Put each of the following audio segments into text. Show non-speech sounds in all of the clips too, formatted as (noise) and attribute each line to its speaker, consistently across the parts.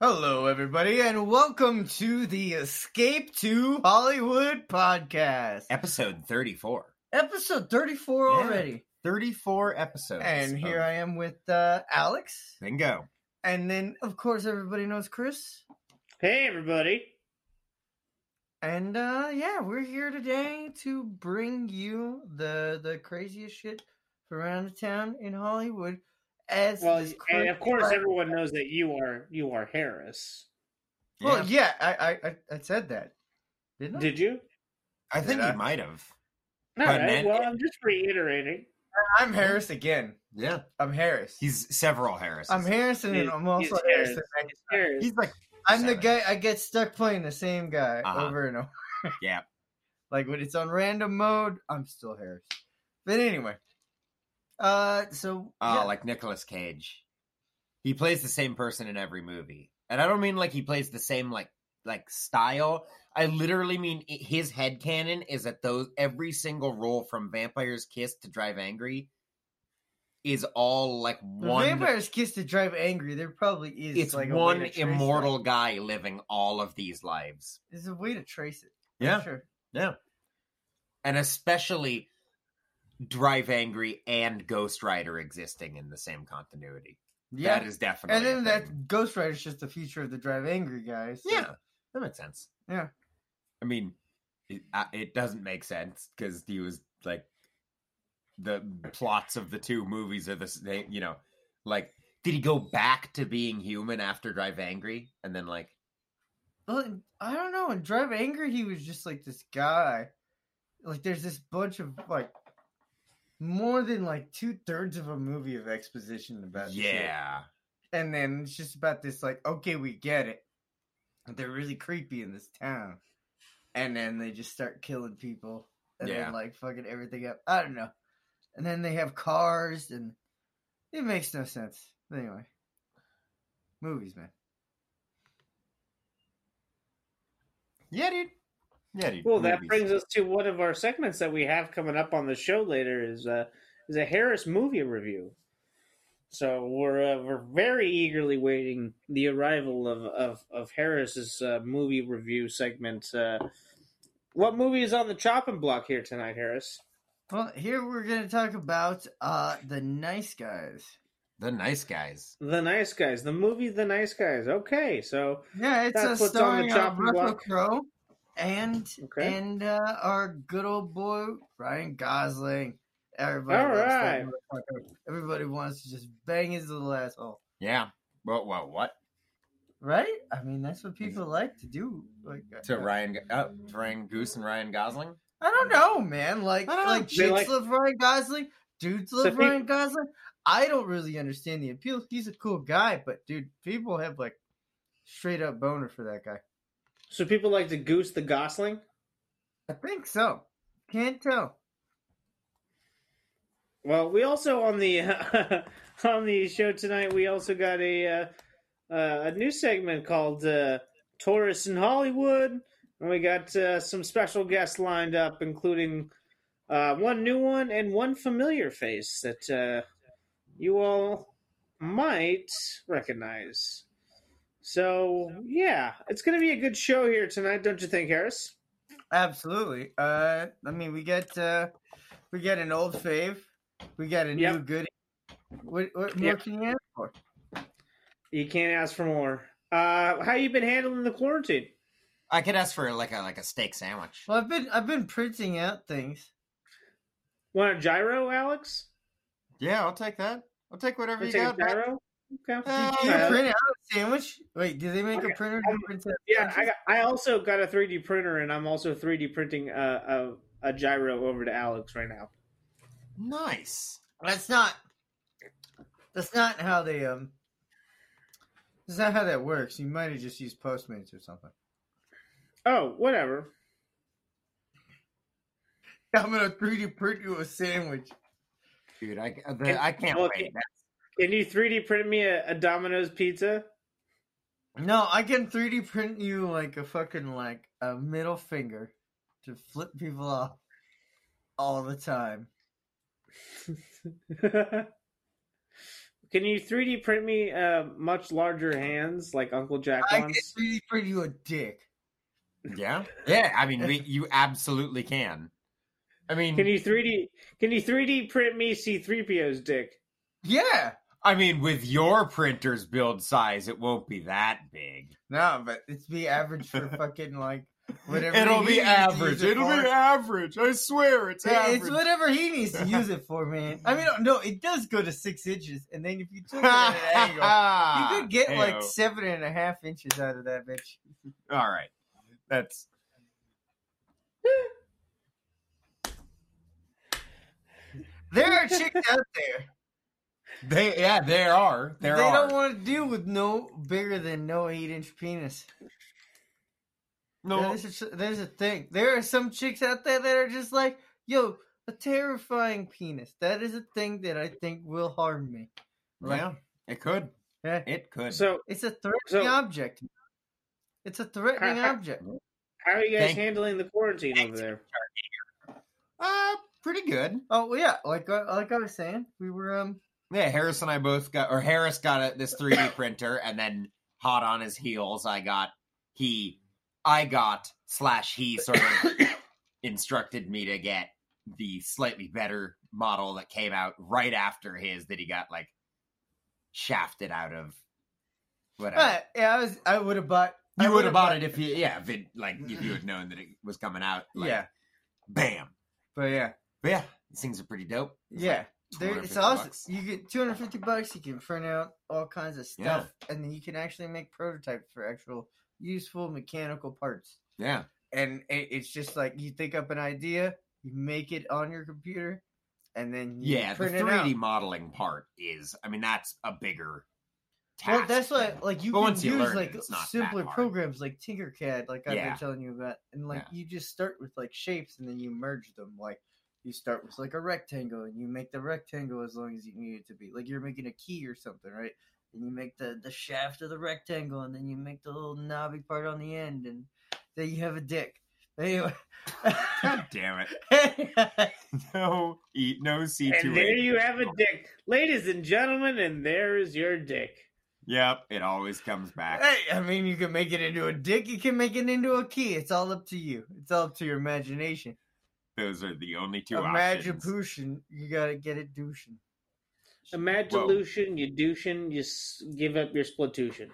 Speaker 1: Hello, everybody, and welcome to the Escape to Hollywood podcast,
Speaker 2: episode 34.
Speaker 1: episode 34
Speaker 2: Yeah.
Speaker 1: already.
Speaker 2: 34 episodes.
Speaker 1: And here
Speaker 2: of
Speaker 1: I am with uh, Alex,
Speaker 2: Bingo.
Speaker 1: and then, of course, everybody knows Chris.
Speaker 3: Hey, everybody.
Speaker 1: And uh, yeah, we're here today to bring you the the craziest shit from around town in Hollywood. As
Speaker 3: Well,
Speaker 1: this
Speaker 3: and of course,
Speaker 1: crazy-
Speaker 3: everyone knows that you are you are Harris.
Speaker 1: well,
Speaker 2: Yeah.
Speaker 1: yeah, I I, I I said that, didn't I?
Speaker 3: Did you?
Speaker 2: I think
Speaker 1: Yeah.
Speaker 2: you might have.
Speaker 3: All
Speaker 2: But
Speaker 3: right.
Speaker 2: man-
Speaker 3: Well, I'm just reiterating.
Speaker 1: I'm Harris again.
Speaker 2: Yeah.
Speaker 1: I'm Harris.
Speaker 2: He's several Harris.
Speaker 1: I'm Harrison, and
Speaker 3: He's-
Speaker 1: I'm also
Speaker 3: he's
Speaker 1: Harrison.
Speaker 3: Harris. Harris.
Speaker 2: He's like,
Speaker 1: I'm the
Speaker 2: Seven.
Speaker 1: guy. I get stuck playing the same guy
Speaker 2: Uh-huh.
Speaker 1: over and over. (laughs)
Speaker 2: yeah.
Speaker 1: Like when it's on random mode, I'm still Harris. But anyway, uh, so
Speaker 2: Oh,
Speaker 1: yeah.
Speaker 2: like Nicolas Cage. He plays the same person in every movie. And I don't mean like he plays the same like like style. I literally mean i- his headcanon is that those every single role from Vampire's Kiss to Drive Angry is all like
Speaker 1: The
Speaker 2: one
Speaker 1: vampire's kiss to drive angry. There probably is.
Speaker 2: it's
Speaker 1: like a way
Speaker 2: one
Speaker 1: to trace
Speaker 2: immortal
Speaker 1: That.
Speaker 2: guy living all of these lives.
Speaker 1: There's a way to trace it. for
Speaker 2: Yeah.
Speaker 1: sure.
Speaker 2: Yeah. And especially Drive Angry and Ghost Rider existing in the same continuity.
Speaker 1: Yeah.
Speaker 2: That is definitely.
Speaker 1: and
Speaker 2: a
Speaker 1: then
Speaker 2: thing.
Speaker 1: that Ghost Rider's just the future of the drive angry guys.
Speaker 2: Yeah, that makes sense.
Speaker 1: Yeah.
Speaker 2: I mean, it, uh, it doesn't make sense because he was like, the plots of the two movies are the same, you know, like, did he go back to being human after Drive Angry? And then, like,
Speaker 1: Well, I don't know. In Drive Angry, he was just like this guy. Like, there's this bunch of like more than like two thirds of a movie of exposition about shit.
Speaker 2: yeah.
Speaker 1: and then it's just about this like, okay, we get it. They're really creepy in this town, and then they just start killing people, and
Speaker 2: Yeah.
Speaker 1: then like fucking everything up. I don't know. And then they have cars, and it makes no sense. Anyway, movies, man.
Speaker 2: Yeah, dude. Yeah, dude.
Speaker 3: Well, that
Speaker 2: Movies.
Speaker 3: brings us to one of our segments that we have coming up on the show later is a is a Harris movie review. So we're uh, we're very eagerly waiting the arrival of of, of Harris's uh, movie review segment. Uh, what movie is on the chopping block here tonight, Harris?
Speaker 1: Well, here we're going to talk about uh the nice guys.
Speaker 2: the nice guys.
Speaker 3: The Nice Guys, the movie The Nice Guys. Okay, so
Speaker 1: Yeah, it's
Speaker 3: That's
Speaker 1: a
Speaker 3: what's on the
Speaker 1: starring uh,
Speaker 3: chopping
Speaker 1: Russell
Speaker 3: block.
Speaker 1: Crowe and
Speaker 3: Okay.
Speaker 1: and uh, our good old boy Ryan Gosling. Everybody,
Speaker 3: All
Speaker 1: loves that
Speaker 3: right.
Speaker 1: motherfucker. Everybody wants to just bang his little asshole,
Speaker 2: Yeah. Well, well, what
Speaker 1: right? I mean, that's what people like to do. Like
Speaker 2: to
Speaker 1: I,
Speaker 2: Ryan? Oh, to Ryan Goose and Ryan Gosling.
Speaker 1: I don't know, man. Like
Speaker 2: I don't know.
Speaker 1: like
Speaker 3: They
Speaker 1: chicks
Speaker 3: like-
Speaker 1: love Ryan Gosling, dudes love
Speaker 3: people-
Speaker 1: Ryan Gosling. I don't really understand the appeal. He's a cool guy, but dude, people have like straight up boner for that guy.
Speaker 3: So people like to goose the Gosling.
Speaker 1: I think so. Can't tell.
Speaker 3: Well, we also on the (laughs) on the show tonight we also got a uh, uh, a new segment called uh, Tourists in Hollywood, and we got uh, some special guests lined up, including uh, one new one and one familiar face that uh, you all might recognize. So yeah, it's going to be a good show here tonight, don't you think, Harris?
Speaker 1: Absolutely. Uh, I mean, we got uh, we got an old fave, we got a new
Speaker 3: Yep.
Speaker 1: goodie. What, what more
Speaker 3: Yep.
Speaker 1: can you ask for?
Speaker 3: You can't ask for more. Uh, how you been handling the quarantine?
Speaker 2: I could ask for like a like a steak sandwich.
Speaker 1: Well, I've been I've been printing out things.
Speaker 3: Want a gyro, Alex?
Speaker 2: Yeah, I'll take that. I'll take whatever you
Speaker 3: You take a
Speaker 2: got. man.
Speaker 3: gyro? Okay.
Speaker 2: Uh,
Speaker 1: Can you
Speaker 3: Uh,
Speaker 1: print out a sandwich? Wait, Oh, do they make a
Speaker 3: Okay,
Speaker 1: printer to
Speaker 3: um,
Speaker 1: print out
Speaker 3: yeah, I,
Speaker 1: sandwiches?
Speaker 3: got, I also got a 3D printer, and I'm also 3D printing a, a, a gyro over to Alex right now.
Speaker 2: Nice.
Speaker 1: That's not. That's not how they um. That's not how that works. You might have just used Postmates or something.
Speaker 3: Oh, whatever.
Speaker 1: I'm gonna 3D print you a sandwich.
Speaker 2: Dude, I uh, the, I can't
Speaker 3: Look,
Speaker 2: wait.
Speaker 3: Can you 3D print me a, a Domino's pizza? (laughs)
Speaker 1: No, I can 3D print you like a fucking like a middle finger to flip people off all the time.
Speaker 3: okay, Can you 3D print me uh, much larger hands like Uncle Jack
Speaker 1: I can
Speaker 3: wants?
Speaker 1: 3D print you a dick.
Speaker 2: (laughs) Yeah, yeah. I mean, we, you absolutely can. I mean,
Speaker 3: Can you 3D? Can you 3D print me C3PO's dick?
Speaker 1: Yeah.
Speaker 2: I mean, with your printer's build size, it won't be that big.
Speaker 1: No, but it's be average
Speaker 2: (laughs)
Speaker 1: for fucking like whatever.
Speaker 2: It'll
Speaker 1: he
Speaker 2: be
Speaker 1: needs to
Speaker 2: average.
Speaker 1: use it
Speaker 2: It'll
Speaker 1: for.
Speaker 2: be average. I swear, it's
Speaker 1: It-
Speaker 2: average.
Speaker 1: It's whatever he needs to use it for, man. I mean, no, it does go to six inches, and then if you took it at an angle, you
Speaker 2: (laughs)
Speaker 1: could get like
Speaker 2: Ayo.
Speaker 1: seven and a half inches out of that bitch.
Speaker 2: all right. That's
Speaker 1: There are chicks out there.
Speaker 2: they. Yeah, there are. There
Speaker 1: they
Speaker 2: are.
Speaker 1: don't want to deal with no bigger than no eight inch penis.
Speaker 2: no,
Speaker 1: There's, a, there's a thing. There are some chicks out there that are just like, yo, a terrifying penis. That is a thing that I think will harm me. Like,
Speaker 2: yeah, it could.
Speaker 1: Yeah.
Speaker 2: It could.
Speaker 3: So
Speaker 1: It's a threatening
Speaker 3: So-
Speaker 1: object. It's a threatening
Speaker 3: I- I-
Speaker 1: object.
Speaker 3: how are you guys
Speaker 2: Thank-
Speaker 3: handling the quarantine over there?
Speaker 2: uh, pretty good.
Speaker 1: Oh well, yeah, like I like I was saying, we were um
Speaker 2: Yeah, Harris and I both got, or Harris got a, this
Speaker 1: (coughs)
Speaker 2: 3D printer, and then hot on his heels, I got he, I got slash he sort
Speaker 1: (coughs)
Speaker 2: of instructed me to get the slightly better model that came out right after his that he got like shafted out of. Whatever
Speaker 1: but, yeah, I was I would have bought I
Speaker 2: you would
Speaker 1: would've
Speaker 2: have bought it if you, yeah, if it, like if
Speaker 1: (coughs)
Speaker 2: you had known that it was coming out. Like,
Speaker 1: Yeah.
Speaker 2: bam.
Speaker 1: But yeah.
Speaker 2: But yeah, these things are pretty dope. It's
Speaker 1: Yeah.
Speaker 2: like
Speaker 1: There,
Speaker 2: 250
Speaker 1: it's awesome.
Speaker 2: bucks.
Speaker 1: You get 250 bucks, you can print out all kinds of stuff, and then you can actually make prototypes for actual useful mechanical parts.
Speaker 2: Yeah,
Speaker 1: And it, it's just like you think up an idea, you make it on your computer, and then you
Speaker 2: yeah. The
Speaker 1: print it
Speaker 2: 3D
Speaker 1: out.
Speaker 2: modeling part is, I mean, that's a bigger. Task
Speaker 1: Well, that's why,
Speaker 2: than-
Speaker 1: like, you
Speaker 2: But
Speaker 1: can
Speaker 2: once you
Speaker 1: use
Speaker 2: learn it,
Speaker 1: like
Speaker 2: it's not that
Speaker 1: simpler
Speaker 2: hard.
Speaker 1: programs like Tinkercad, like I've
Speaker 2: Yeah.
Speaker 1: been telling you about, and like you just start with like shapes, and then you merge them. Like you start with like a rectangle, and you make the rectangle as long as you need it to be. Like you're making a key or something, right? And you make the the shaft of the rectangle, and then you make the little knobby part on the end, and then you have a dick.
Speaker 2: (laughs)
Speaker 1: Anyway, (laughs)
Speaker 2: God damn it! (laughs) No, eat no C
Speaker 3: And
Speaker 2: two
Speaker 3: there
Speaker 2: eight.
Speaker 3: you have a dick, ladies and gentlemen, and there is your dick.
Speaker 2: Yep, it always comes back.
Speaker 1: Hey, I mean, you can make it into a dick. You can make it into a key. It's all up to you. It's all up to your imagination.
Speaker 2: Those are the only two
Speaker 1: Imagine
Speaker 2: options.
Speaker 1: Pushin, you gotta get it douching.
Speaker 3: Imagilution, you douchin', you s- give up your splatution.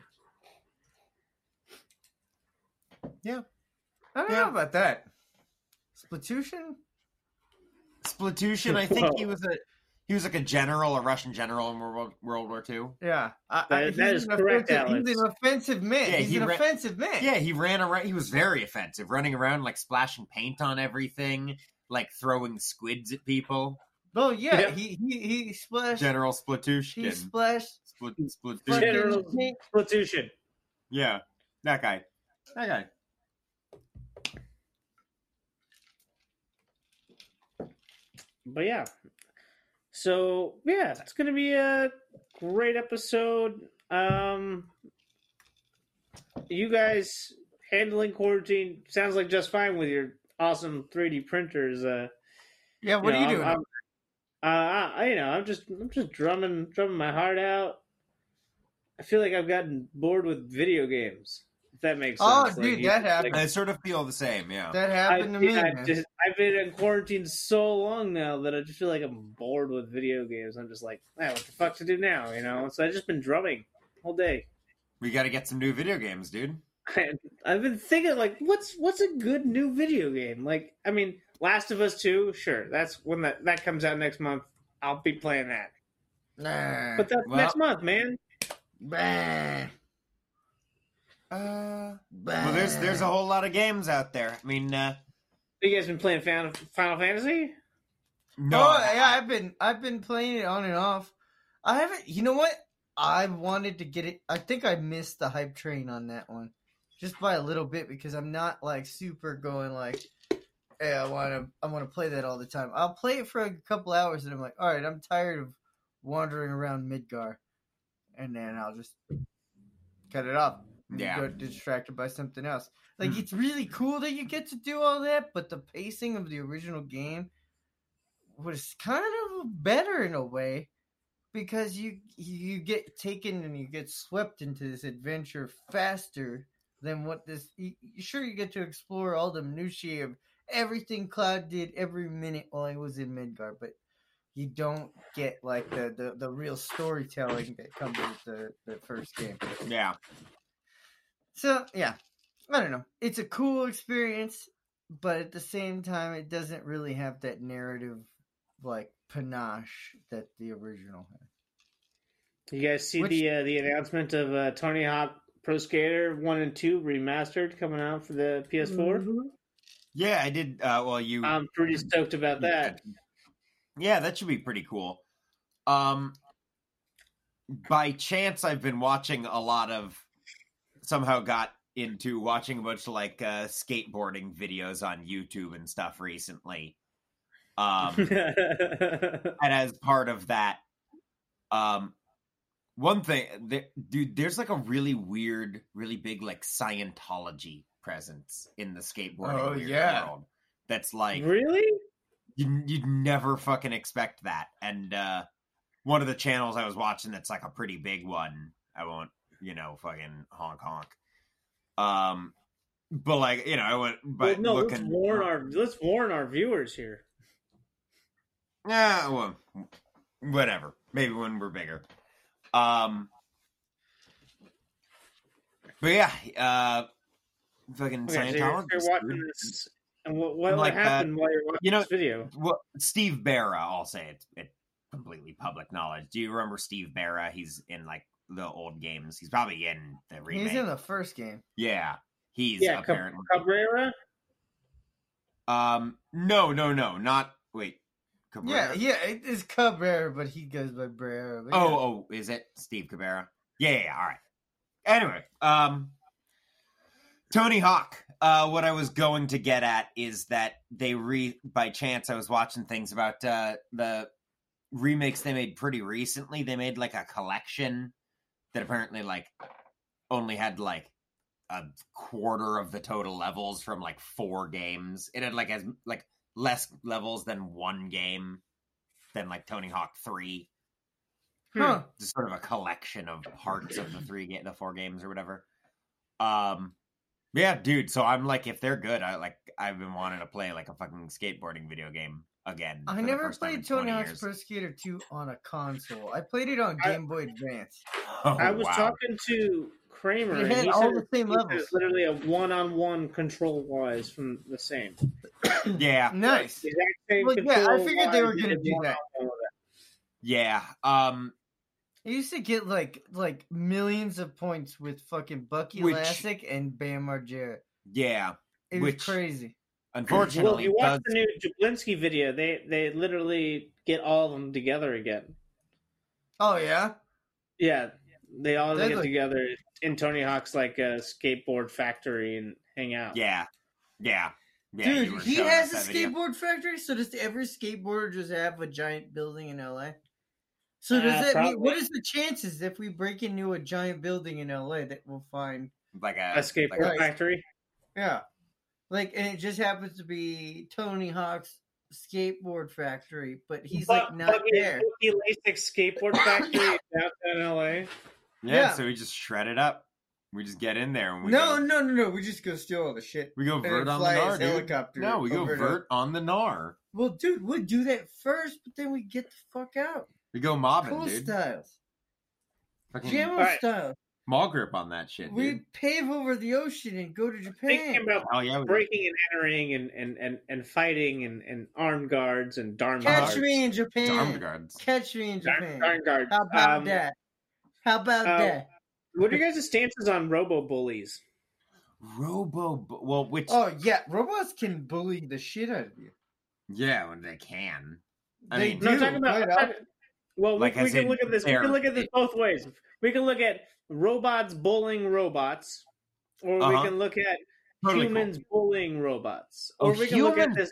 Speaker 1: I don't
Speaker 2: Yeah.
Speaker 1: know about that. Splatution?
Speaker 2: Splatoon. I think he
Speaker 3: Whoa.
Speaker 2: was a he was like a general, a Russian general in World World War Two.
Speaker 1: Yeah. I,
Speaker 3: That-
Speaker 1: he's
Speaker 3: that is
Speaker 1: an
Speaker 3: correct,
Speaker 1: offensive- He's an
Speaker 3: Alex.
Speaker 1: offensive man.
Speaker 2: Yeah,
Speaker 1: he's
Speaker 2: he
Speaker 1: an
Speaker 2: re-
Speaker 1: offensive man.
Speaker 2: Yeah, he ran around. He was very offensive, running around like splashing paint on everything, like throwing squids at people.
Speaker 1: Oh yeah,
Speaker 3: Yeah.
Speaker 1: He, he he splashed.
Speaker 2: General
Speaker 1: he
Speaker 2: Splatushkin.
Speaker 1: splashed.
Speaker 2: Split,
Speaker 1: fucking
Speaker 2: Splatushkin.
Speaker 3: Gen- General-
Speaker 1: paint.
Speaker 3: Splatution.
Speaker 2: Yeah, that guy. That guy.
Speaker 3: But yeah. So yeah, it's gonna be a great episode. Um you guys handling quarantine sounds like just fine with your awesome 3D printers. Uh
Speaker 1: Yeah, what
Speaker 3: know,
Speaker 1: are you doing?
Speaker 3: I'm, I'm- uh, I, you know, I'm just, I'm just drumming, drumming my heart out. I feel like I've gotten bored with video games. If that makes
Speaker 1: Oh,
Speaker 3: sense.
Speaker 1: dude,
Speaker 3: you-
Speaker 1: that happened.
Speaker 2: I sort of feel the same. Yeah.
Speaker 1: that
Speaker 3: I,
Speaker 1: happened to me.
Speaker 3: have
Speaker 1: man.
Speaker 3: just, I've been in quarantine so long now that I just feel like I'm bored with video games. I'm just like, ah, what the fuck to do now? You know. So I've just been drumming all day. (laughs)
Speaker 2: We got to get some new video games, dude.
Speaker 3: I've been thinking like, what's what's a good new video game? Like, I mean, Last of Us Two, sure, that's when that that comes out next month. I'll be playing that.
Speaker 1: Nah.
Speaker 3: But that's
Speaker 2: Well-
Speaker 3: next month, man.
Speaker 1: Bah.
Speaker 2: Uh,
Speaker 1: Bah.
Speaker 2: well, there's there's a whole lot of games out there. I mean, uh,
Speaker 3: You guys been playing Final, Final Fantasy?
Speaker 2: no,
Speaker 1: oh, yeah, I've been I've been playing it on and off. I haven't. You know what? I wanted to get it. I think I missed the hype train on that one, just by a little bit because I'm not like super going like, hey, I want to I want to play that all the time. I'll play it for a couple hours and I'm like, all right, I'm tired of wandering around Midgar, and then I'll just cut it off. and
Speaker 2: Yeah.
Speaker 1: Go distracted by something else. Like
Speaker 2: Hmm.
Speaker 1: it's really cool that you get to do all that, but the pacing of the original game was kind of better in a way because you you get taken and you get swept into this adventure faster than what this. You, sure, you get to explore all the minutiae of everything Cloud did every minute while he was in Midgard, but you don't get like the the, the real storytelling that comes with the, the first game.
Speaker 2: Yeah.
Speaker 1: So yeah, I don't know. It's a cool experience, but at the same time, it doesn't really have that narrative like panache that the original had.
Speaker 3: You guys see
Speaker 1: Which-
Speaker 3: the uh, the announcement of uh, Tony Hawk Pro Skater One and Two remastered coming out for the PS4?
Speaker 1: Mm-hmm.
Speaker 2: Yeah, I did. Uh, well, you.
Speaker 3: I'm pretty stoked about that.
Speaker 2: Yeah, that should be pretty cool. Um, by chance, I've been watching a lot of. Somehow got into watching a bunch of like uh, skateboarding videos on YouTube and stuff recently. Um,
Speaker 3: (laughs)
Speaker 2: and as part of that, um, one thing, there, dude, there's like a really weird, really big like Scientology presence in the skateboarding
Speaker 1: Oh,
Speaker 2: weird
Speaker 1: yeah.
Speaker 2: world. That's like
Speaker 3: really?
Speaker 2: you, you'd never fucking expect that. And uh, one of the channels I was watching that's like a pretty big one. I won't, you know, fucking honk honk. Um, but like you know, I went
Speaker 3: Well,
Speaker 2: but uh,
Speaker 3: no, let's
Speaker 2: looking.
Speaker 3: warn our let's warn our viewers here.
Speaker 2: Yeah, Eh, well, whatever. Maybe when we're bigger. Um, but yeah, uh, fucking
Speaker 3: Okay, so you're,
Speaker 2: Scientology.
Speaker 3: you're watching this, and what what,
Speaker 2: Like
Speaker 3: what
Speaker 2: that.
Speaker 3: happened while you're watching
Speaker 2: You know-
Speaker 3: this video?
Speaker 2: well, Steve Barra, I'll say it's it, completely public knowledge. Do you remember Steve Barra? He's in like the old games. He's probably in the remake.
Speaker 1: He's in the first game.
Speaker 2: yeah, he's
Speaker 3: Yeah, Cab-
Speaker 2: apparently.
Speaker 3: Cabrera.
Speaker 2: um, no, no, no, not wait.
Speaker 1: Yeah,
Speaker 2: Cabrera?
Speaker 1: yeah, it is Cabrera, but he goes by Brera. but yeah.
Speaker 2: Oh, oh, is it Steve Cabrera? Yeah, yeah, yeah, all right. Anyway, um, Tony Hawk. Uh, what I was going to get at is that they re by chance I was watching things about uh, the remakes they made pretty recently. They made like a collection that apparently like only had like a quarter of the total levels from like four games. It had like as like less levels than one game than like Tony Hawk Three
Speaker 3: Hmm.
Speaker 1: Huh.
Speaker 2: just sort of a collection of parts of
Speaker 1: (clears throat)
Speaker 2: the three ga- the four games or whatever. Um, yeah, dude. So I'm like, if they're good, I like. I've been wanting to play like a fucking skateboarding video game again.
Speaker 1: I
Speaker 2: for the
Speaker 1: never
Speaker 2: first time in
Speaker 1: played Tony
Speaker 2: 20
Speaker 1: Hawk's
Speaker 2: years.
Speaker 1: Pro Skater 2 on a console. I played it on
Speaker 3: I-
Speaker 1: Game Boy
Speaker 2: (laughs)
Speaker 1: Advance.
Speaker 2: (laughs) Oh,
Speaker 3: I was
Speaker 2: wow.
Speaker 3: talking to Kramer.
Speaker 1: They
Speaker 3: and
Speaker 1: had
Speaker 3: he
Speaker 1: all
Speaker 3: said
Speaker 1: the same
Speaker 3: he said
Speaker 1: levels.
Speaker 3: it's literally a one-on-one control wise from the same.
Speaker 2: Yeah,
Speaker 1: Nice.
Speaker 3: The exact same
Speaker 1: Well, yeah, I
Speaker 3: control
Speaker 1: figured they
Speaker 3: wise,
Speaker 1: were
Speaker 3: he
Speaker 1: gonna
Speaker 3: did
Speaker 1: do
Speaker 3: one-on-one
Speaker 1: that.
Speaker 3: with it.
Speaker 2: yeah. Um,
Speaker 1: I used to get like like millions of points with fucking Bucky
Speaker 2: Which-
Speaker 1: Lassick and Bam Margera.
Speaker 2: yeah.
Speaker 1: It was
Speaker 2: Which-
Speaker 1: crazy.
Speaker 2: Unfortunately,
Speaker 3: Well, if you
Speaker 2: it
Speaker 3: watch
Speaker 2: does
Speaker 3: the new Jablinski video, they they literally get all of them together again.
Speaker 1: Oh yeah,
Speaker 3: Yeah, they all
Speaker 1: They
Speaker 3: get
Speaker 1: look-
Speaker 3: together in Tony Hawk's like uh, skateboard factory and hang out.
Speaker 2: yeah, yeah, yeah. you were
Speaker 1: dude. He
Speaker 2: showing
Speaker 1: has
Speaker 2: us
Speaker 1: a
Speaker 2: that video.
Speaker 1: skateboard factory. So does every skateboarder just have a giant building in LA? So does
Speaker 3: Uh,
Speaker 1: that mean what
Speaker 3: probably.
Speaker 1: is the chances if we break into a giant building in LA that we'll find?
Speaker 2: like a,
Speaker 3: a skateboard
Speaker 2: like a-
Speaker 3: factory.
Speaker 1: Yeah, like and it just happens to be Tony Hawk's skateboard factory, but he's like
Speaker 3: Bu-
Speaker 1: not
Speaker 3: Buggy-
Speaker 1: there.
Speaker 3: Buggy Lasix skateboard
Speaker 1: (laughs)
Speaker 3: factory in downtown LA.
Speaker 2: yeah,
Speaker 1: yeah.
Speaker 2: So we just shred it up. We just get in there and we
Speaker 1: No,
Speaker 2: go,
Speaker 1: no, no, no. We just go steal all the shit.
Speaker 2: we go
Speaker 1: And
Speaker 2: vert
Speaker 1: then
Speaker 2: on the
Speaker 1: fly
Speaker 2: nar,
Speaker 1: his
Speaker 2: dude.
Speaker 1: helicopter.
Speaker 2: No, we go
Speaker 1: over to-
Speaker 2: vert on the nar.
Speaker 1: Well, dude, we'll do that first, but then we get the fuck out.
Speaker 2: We go mobbing,
Speaker 1: Cool
Speaker 2: dude. Hmm.
Speaker 1: styles.
Speaker 2: Fucking
Speaker 1: Jamo
Speaker 3: Alright.
Speaker 1: style.
Speaker 2: mall grip on that shit,
Speaker 1: We
Speaker 2: dude.
Speaker 1: pave over the ocean and go to
Speaker 3: Thinking
Speaker 1: Japan.
Speaker 3: about
Speaker 2: Oh yeah, we
Speaker 3: breaking and entering and and and, and fighting and, and armed guards and darn
Speaker 1: Catch
Speaker 3: guards.
Speaker 2: Darn
Speaker 1: me Uh, in
Speaker 2: to armed
Speaker 1: Japan.
Speaker 2: guards.
Speaker 1: Catch me in
Speaker 3: Darn,
Speaker 1: Japan.
Speaker 3: darn guards.
Speaker 1: How about
Speaker 3: Um,
Speaker 1: that? How about
Speaker 3: uh,
Speaker 1: that?
Speaker 3: What are your guys' stances on robo bullies?
Speaker 2: Robo, bu- well, which
Speaker 1: Oh yeah, robots can bully the shit out of you.
Speaker 2: yeah, when they can. I
Speaker 1: they
Speaker 2: mean-
Speaker 1: do.
Speaker 3: No, I'm talking about.
Speaker 1: right
Speaker 3: I'm
Speaker 1: off.
Speaker 3: talking- well, we,
Speaker 2: Like I
Speaker 3: we
Speaker 2: said,
Speaker 3: can look at this. We can
Speaker 2: they're-
Speaker 3: look at this both ways. We can look at robots bullying robots, or
Speaker 2: Uh-huh.
Speaker 3: we can look at
Speaker 2: Totally cool.
Speaker 3: humans bullying robots,
Speaker 2: Oh,
Speaker 3: or we can look at
Speaker 2: human-
Speaker 3: this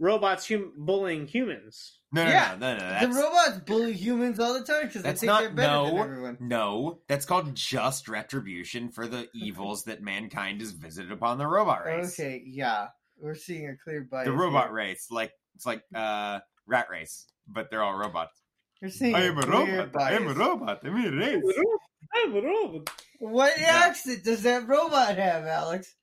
Speaker 3: robots hum- bullying humans.
Speaker 2: No, no,
Speaker 1: Yeah,
Speaker 2: no, no, no.
Speaker 1: the
Speaker 2: That's,
Speaker 1: robots bully humans all the time because they
Speaker 2: That's
Speaker 1: think
Speaker 2: not-
Speaker 1: they're better than
Speaker 2: no.
Speaker 1: everyone.
Speaker 2: no, that's called just retribution
Speaker 1: (laughs)
Speaker 2: for the evils that mankind has visited upon the robot race.
Speaker 1: Okay, yeah, we're seeing a clear bias.
Speaker 2: The
Speaker 1: here. (laughs)
Speaker 2: robot race, like it's like uh rat race, but they're all robots.
Speaker 1: You're saying
Speaker 4: I am a
Speaker 1: weird
Speaker 4: robot. I am a
Speaker 1: bias.
Speaker 4: robot. I'm a
Speaker 1: (laughs)
Speaker 4: race.
Speaker 3: I'm a robot.
Speaker 1: What
Speaker 2: Yeah.
Speaker 1: accent does that robot have, Alex?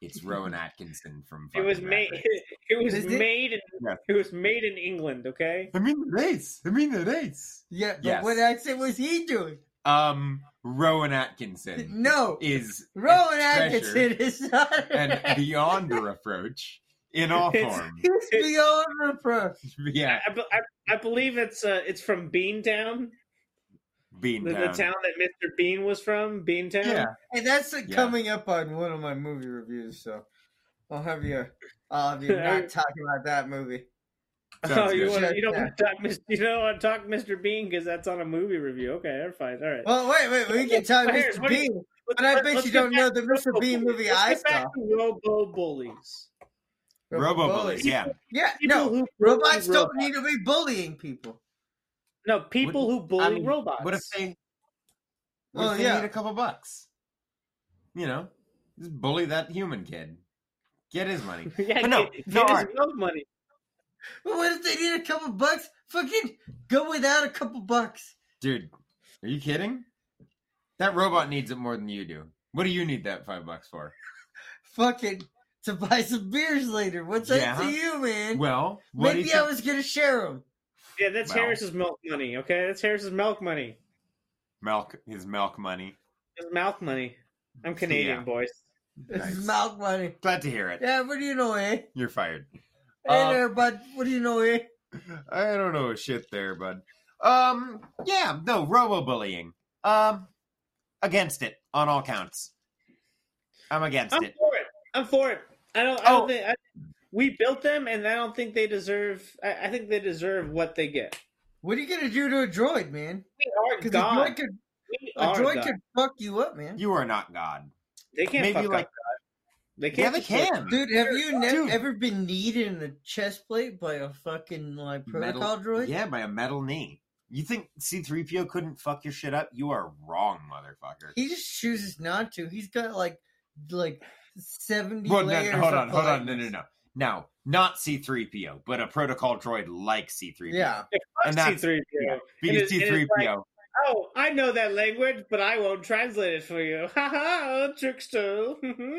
Speaker 2: It's Rowan Atkinson from.
Speaker 3: It was
Speaker 2: fucking
Speaker 3: made. (laughs)
Speaker 1: (laughs)
Speaker 2: Rabbit.
Speaker 3: It was
Speaker 1: Is it-
Speaker 3: made. In,
Speaker 4: Yeah.
Speaker 3: It was made in England. Okay.
Speaker 4: I'm in a race. I'm in a race.
Speaker 1: Yeah, but
Speaker 2: Yes.
Speaker 1: what accent was he doing?
Speaker 2: Um, Rowan Atkinson
Speaker 1: No,
Speaker 2: is
Speaker 1: Rowan
Speaker 2: a
Speaker 1: Atkinson
Speaker 2: treasure
Speaker 1: is not. (laughs)
Speaker 2: and beyond reproach in all
Speaker 3: It's-
Speaker 2: form.
Speaker 1: He's beyond reproach.
Speaker 2: Yeah,
Speaker 3: I, be- I, I believe it's uh, it's from Beantown,
Speaker 2: being
Speaker 3: the, the
Speaker 2: down.
Speaker 3: town that Mr. Bean was from. Beantown.
Speaker 4: Yeah.
Speaker 1: And that's uh,
Speaker 2: Yeah.
Speaker 1: coming up on one of my movie reviews, so I'll have you. I'll
Speaker 2: (laughs)
Speaker 1: have you not talking about that movie.
Speaker 3: (laughs) Oh,
Speaker 4: Sounds
Speaker 3: you,
Speaker 4: good.
Speaker 3: wanna, you don't
Speaker 1: Yeah.
Speaker 3: want to talk, Mr. You don't want to talk Mr. Bean because that's on a movie review. Okay, that's fine. All right.
Speaker 1: Well, wait, wait, we can talk
Speaker 3: Here's
Speaker 1: Mr.
Speaker 3: what he-
Speaker 1: Bean, but I bet
Speaker 3: Let's
Speaker 1: you
Speaker 3: get
Speaker 1: don't
Speaker 3: back
Speaker 1: know
Speaker 3: to
Speaker 1: the Mr.
Speaker 3: Robo
Speaker 1: Bean
Speaker 3: Bullies.
Speaker 1: movie
Speaker 3: Let's
Speaker 1: I
Speaker 3: get back
Speaker 1: saw.
Speaker 3: to Robo bullies.
Speaker 2: Robo
Speaker 1: Bullies.
Speaker 2: bullies. Yeah,
Speaker 1: Yeah,
Speaker 3: People
Speaker 1: no,
Speaker 3: who bully
Speaker 1: robots don't need to be bullying people.
Speaker 3: No, people who bully
Speaker 2: I mean,
Speaker 3: robots.
Speaker 2: What if they? What
Speaker 1: Well,
Speaker 2: if they
Speaker 1: yeah.
Speaker 2: need a couple bucks? You know, just bully that human kid. Get his money.
Speaker 3: (laughs) yeah,
Speaker 2: But no,
Speaker 3: get,
Speaker 2: no,
Speaker 3: get his
Speaker 2: alright.
Speaker 3: milk money.
Speaker 1: But what if they need a couple bucks? Fucking go without a couple bucks.
Speaker 2: Dude, are you kidding? That robot needs it more than you do. What do you need that five bucks for?
Speaker 1: Fucking to buy some beers later. What's up
Speaker 2: Yeah.
Speaker 1: to you, man?
Speaker 2: Well, what do
Speaker 1: Maybe
Speaker 2: you
Speaker 1: I
Speaker 2: think-
Speaker 1: was gonna share them.
Speaker 3: Yeah, that's
Speaker 2: Well.
Speaker 3: Harris's milk money. Okay, that's Harris's milk money.
Speaker 2: milk his milk money.
Speaker 3: His mouth money. I'm Canadian,
Speaker 2: Yeah.
Speaker 3: boys.
Speaker 1: This is
Speaker 2: Nice.
Speaker 1: mouth money.
Speaker 2: Glad to hear it.
Speaker 1: Yeah, uh, what do you know, eh?
Speaker 2: You're fired.
Speaker 1: Hey
Speaker 2: Um,
Speaker 1: there, bud. What do you know, eh?
Speaker 2: I don't know shit there, bud. Um, yeah, no robo bullying. Um, against it on all counts. I'm against
Speaker 3: I'm
Speaker 2: it.
Speaker 3: for it. I'm for it. I don't. I don't
Speaker 2: Oh.
Speaker 3: think I, we built them, and I don't think they deserve. I, I think they deserve what they get.
Speaker 1: What are you gonna do to a droid, man?
Speaker 2: Oh
Speaker 3: We are
Speaker 1: Because a
Speaker 3: God.
Speaker 1: droid could
Speaker 3: We
Speaker 1: a
Speaker 3: are
Speaker 1: droid
Speaker 3: God.
Speaker 1: could fuck you up, man.
Speaker 2: You are not God.
Speaker 3: They can't
Speaker 2: Maybe
Speaker 3: fuck
Speaker 2: like
Speaker 3: up. They can't.
Speaker 2: yeah, they
Speaker 3: destroy-
Speaker 2: can.
Speaker 1: Dude, have you
Speaker 2: Dude.
Speaker 1: ne- ever been kneed in the chest plate by a fucking like
Speaker 2: Metal-
Speaker 1: protocol droid?
Speaker 2: Yeah, by a metal knee. You think C3PO couldn't fuck your shit up? You are wrong, motherfucker.
Speaker 1: He just chooses not to. He's got like like seventy
Speaker 2: Well, no,
Speaker 1: layers. of
Speaker 2: hold on, hold on. No, no,
Speaker 1: politeness.
Speaker 2: no. Now, not C3PO, but a protocol droid like C3PO.
Speaker 1: Yeah,
Speaker 2: And
Speaker 3: Fuck
Speaker 2: that's-
Speaker 3: C3PO.
Speaker 2: yeah.
Speaker 3: It
Speaker 2: Because
Speaker 3: is- it is
Speaker 2: C3PO.
Speaker 3: Oh, I know that language, but I won't translate it for you. (laughs) Ha ha, trickster. (laughs)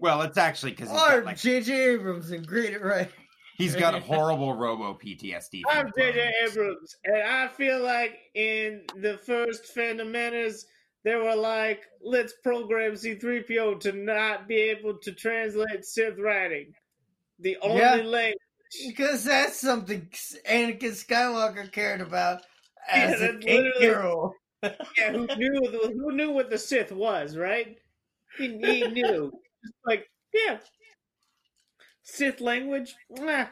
Speaker 2: well, it's actually because he's
Speaker 1: or
Speaker 2: got, like,
Speaker 1: J.J. Abrams and greet it right.
Speaker 2: he's got horrible robo PTSD. from
Speaker 3: I'm
Speaker 2: the Clone
Speaker 3: JJ
Speaker 2: Wars.
Speaker 3: Abrams, and I feel like in the first Phantom Menace, they were like, let's program C3PO to not be able to translate Sith writing. The only
Speaker 1: Yeah.
Speaker 3: language.
Speaker 1: Because that's something Anakin Skywalker cared about
Speaker 3: Yeah,
Speaker 1: as an
Speaker 3: that's literally-
Speaker 1: eight-year-old.
Speaker 3: Yeah, who knew the, who knew what the Sith was, right? He, he knew. Just like, yeah. Sith language? Mwah.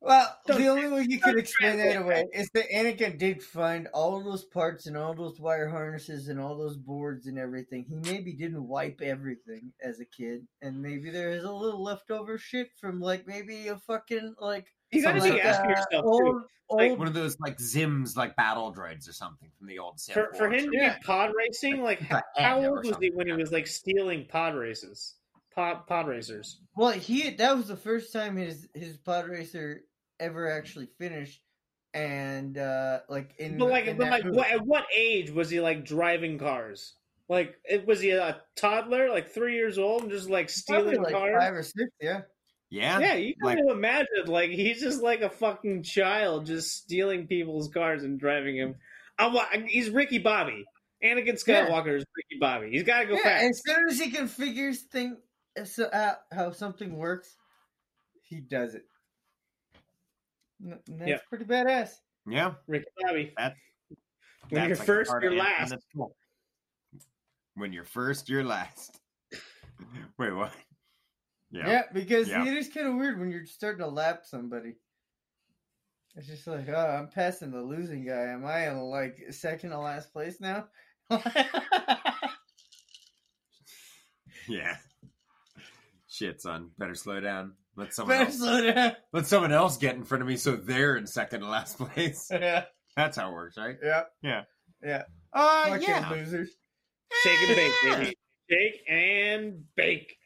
Speaker 1: Well,
Speaker 3: Don't-
Speaker 1: the only way you
Speaker 3: don't
Speaker 1: could explain that
Speaker 3: translate
Speaker 1: away is that Anakin did find all those parts and all those wire harnesses and all those boards and everything. He maybe didn't wipe everything as a kid, and maybe there is a little leftover shit from like maybe a fucking like
Speaker 3: You gotta
Speaker 1: like,
Speaker 3: be asking
Speaker 1: uh,
Speaker 3: yourself, too.
Speaker 1: old
Speaker 3: Oh, Like,
Speaker 1: old
Speaker 2: One of those like Zims, like battle droids or something from the old Sith
Speaker 3: for, for
Speaker 2: Wars.
Speaker 3: him to be pod racing, like
Speaker 2: Like,
Speaker 3: how
Speaker 2: Batman or
Speaker 3: old was he
Speaker 2: something.
Speaker 3: when he was like stealing pod races? Pod pod racers.
Speaker 1: Well, he that was the first time his his pod racer ever actually finished, and uh like in
Speaker 3: But like,
Speaker 1: in
Speaker 3: but
Speaker 1: that
Speaker 3: like,
Speaker 1: movie.
Speaker 3: what, at what age was he like driving cars? Like, it, was he a toddler, like three years old, and just like
Speaker 1: Probably,
Speaker 3: stealing
Speaker 1: like
Speaker 3: cars?
Speaker 1: five or six, yeah.
Speaker 2: yeah,
Speaker 3: Yeah, you can
Speaker 2: like-
Speaker 3: only imagine. Like, he's just like a fucking child, just stealing people's cars and driving him. I, wa- he's Ricky Bobby. Anakin
Speaker 1: Yeah.
Speaker 3: Skywalker is Ricky Bobby. He's got to go
Speaker 1: yeah,
Speaker 3: fast.
Speaker 1: as soon as he can figure thing uh, so out how something works, he does it. N- and that's
Speaker 3: Yeah.
Speaker 1: pretty badass.
Speaker 2: yeah.
Speaker 3: Ricky Bobby.
Speaker 2: That-
Speaker 3: when you're
Speaker 2: That's, like, a
Speaker 3: first,
Speaker 2: part
Speaker 3: you're
Speaker 2: of Anakin
Speaker 3: last.
Speaker 2: that's cool. When you're first, you're last. (laughs) Wait, what?
Speaker 1: Yeah, because
Speaker 2: Yeah.
Speaker 1: it is kind of weird when you're starting to lap somebody. It's just like, oh, I'm passing the losing guy. Am I in like second to last place now? (laughs)
Speaker 2: Yeah. Shit, son. Better slow down. Let someone
Speaker 1: Better
Speaker 2: else
Speaker 1: slow down.
Speaker 2: let someone else get in front of me so they're in second to last (laughs) place.
Speaker 1: (laughs) yeah,
Speaker 2: That's how it works, right?
Speaker 1: yeah,
Speaker 2: Uh
Speaker 1: fucking
Speaker 2: yeah.
Speaker 1: losers.
Speaker 3: Shake and bake, baby. (laughs) Shake and bake.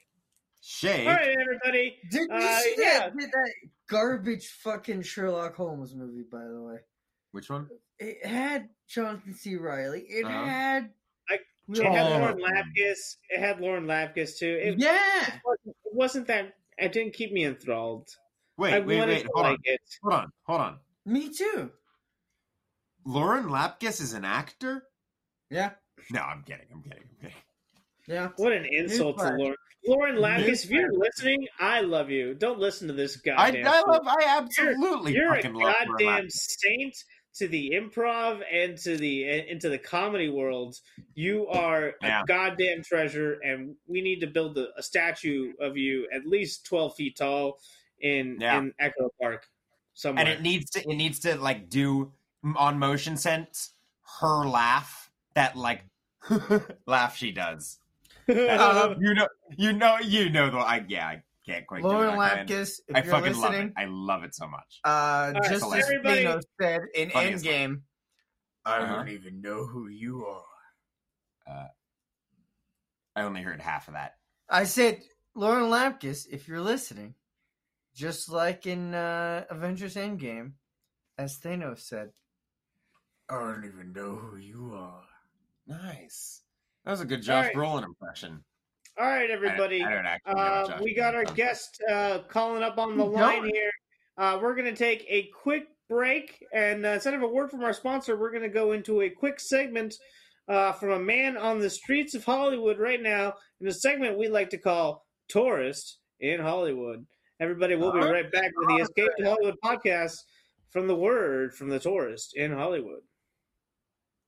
Speaker 2: Shake.
Speaker 3: All right, everybody.
Speaker 1: Did you
Speaker 3: Uh,
Speaker 1: see
Speaker 3: yeah.
Speaker 1: that, that garbage fucking Sherlock Holmes movie? By the way,
Speaker 2: Which one?
Speaker 1: it had Jonathan C. Riley. It
Speaker 2: Uh-huh.
Speaker 1: had
Speaker 3: Like,
Speaker 1: Will
Speaker 3: It had
Speaker 2: Oh.
Speaker 1: Ferrell.
Speaker 3: Lauren Lapkus. It had Lauren Lapkus too. It,
Speaker 1: yeah.
Speaker 3: wasn't, it wasn't that. It didn't keep me enthralled.
Speaker 4: Wait,
Speaker 3: I
Speaker 4: wait,
Speaker 3: wanted
Speaker 4: wait.
Speaker 3: to
Speaker 4: Hold
Speaker 3: like
Speaker 4: on.
Speaker 3: it.
Speaker 4: Hold on. Hold on.
Speaker 1: Me too.
Speaker 4: Lauren Lapkus is an actor?
Speaker 1: Yeah.
Speaker 4: No, I'm kidding. I'm kidding. I'm kidding.
Speaker 1: Yeah.
Speaker 3: What an insult to
Speaker 1: Newsflash.
Speaker 3: Lauren. Lauren Lapkus,
Speaker 1: Newsflash.
Speaker 3: if you're listening, I love you. Don't listen to this
Speaker 4: I,
Speaker 3: goddamn.
Speaker 4: I love. I absolutely
Speaker 3: You're a
Speaker 4: fucking love Lauren
Speaker 3: goddamn
Speaker 4: Lapkus.
Speaker 3: saint to the improv and to the and to the comedy world. You are
Speaker 4: Yeah.
Speaker 3: a goddamn treasure, and we need to build a, a statue of you at least twelve feet tall in
Speaker 2: Yeah.
Speaker 3: in Echo Park somewhere.
Speaker 2: and it needs to it needs to like do m- on motion sense her laugh that like (laughs) laugh she
Speaker 3: (laughs)
Speaker 2: does. (laughs) Uh, you know, you know, you know. The I yeah, I can't quite. do it.
Speaker 1: Lauren
Speaker 2: I, kinda-
Speaker 1: Lapkus, if
Speaker 2: I
Speaker 1: you're
Speaker 2: fucking love it.
Speaker 1: listening,
Speaker 2: I love it so much.
Speaker 1: uh,
Speaker 3: right,
Speaker 1: just
Speaker 2: so
Speaker 1: as
Speaker 3: everybody-
Speaker 1: Thanos said in
Speaker 2: Funny as
Speaker 1: Endgame, I
Speaker 2: Uh-huh.
Speaker 1: don't even know who you are.
Speaker 2: I only heard half of that.
Speaker 1: I said, Lauren Lapkus, if you're listening, just like in uh, Avengers Endgame, as Thanos said, I don't even know who you are.
Speaker 2: Nice. That was a good Josh
Speaker 3: right.
Speaker 2: Brolin impression.
Speaker 3: (laughs) All right,
Speaker 2: I don't-
Speaker 3: everybody.
Speaker 2: I don't actually know what
Speaker 3: Uh,
Speaker 2: Josh
Speaker 3: we got
Speaker 2: Brolin
Speaker 3: our
Speaker 2: sounds
Speaker 3: guest uh, calling up on the
Speaker 1: We
Speaker 3: line
Speaker 1: don't.
Speaker 3: here. Uh, we're going to take a quick break, and uh, instead of a word from our sponsor, we're going to go into a quick segment uh, from a man on the streets of Hollywood right now in a segment we like to call "Tourist in Hollywood." Everybody, we'll be
Speaker 1: All
Speaker 3: right back with the Escape to Hollywood podcast from the word from the tourist in Hollywood.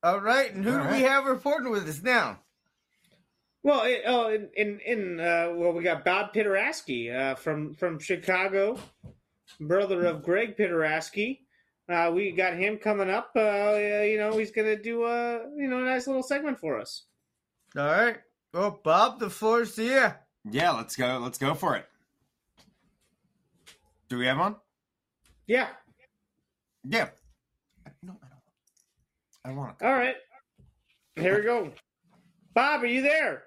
Speaker 1: All right, and who
Speaker 4: All
Speaker 1: do
Speaker 4: right.
Speaker 1: we have reporting with us now?
Speaker 3: Well, it, oh, in in, in uh, well, we got Bob Pitaraski uh, from from Chicago, brother of Greg Pitaraski. Uh, we got him coming up. Uh, yeah, you know, he's gonna do a you know a nice little segment for us.
Speaker 1: All right. Well, Bob, the floor's to you.
Speaker 2: like. Yeah, let's go. Let's go for it. Do we have one?
Speaker 3: Yeah.
Speaker 2: Yeah. No, I don't. I want it.
Speaker 3: All right. Here we go. Bob, are you there?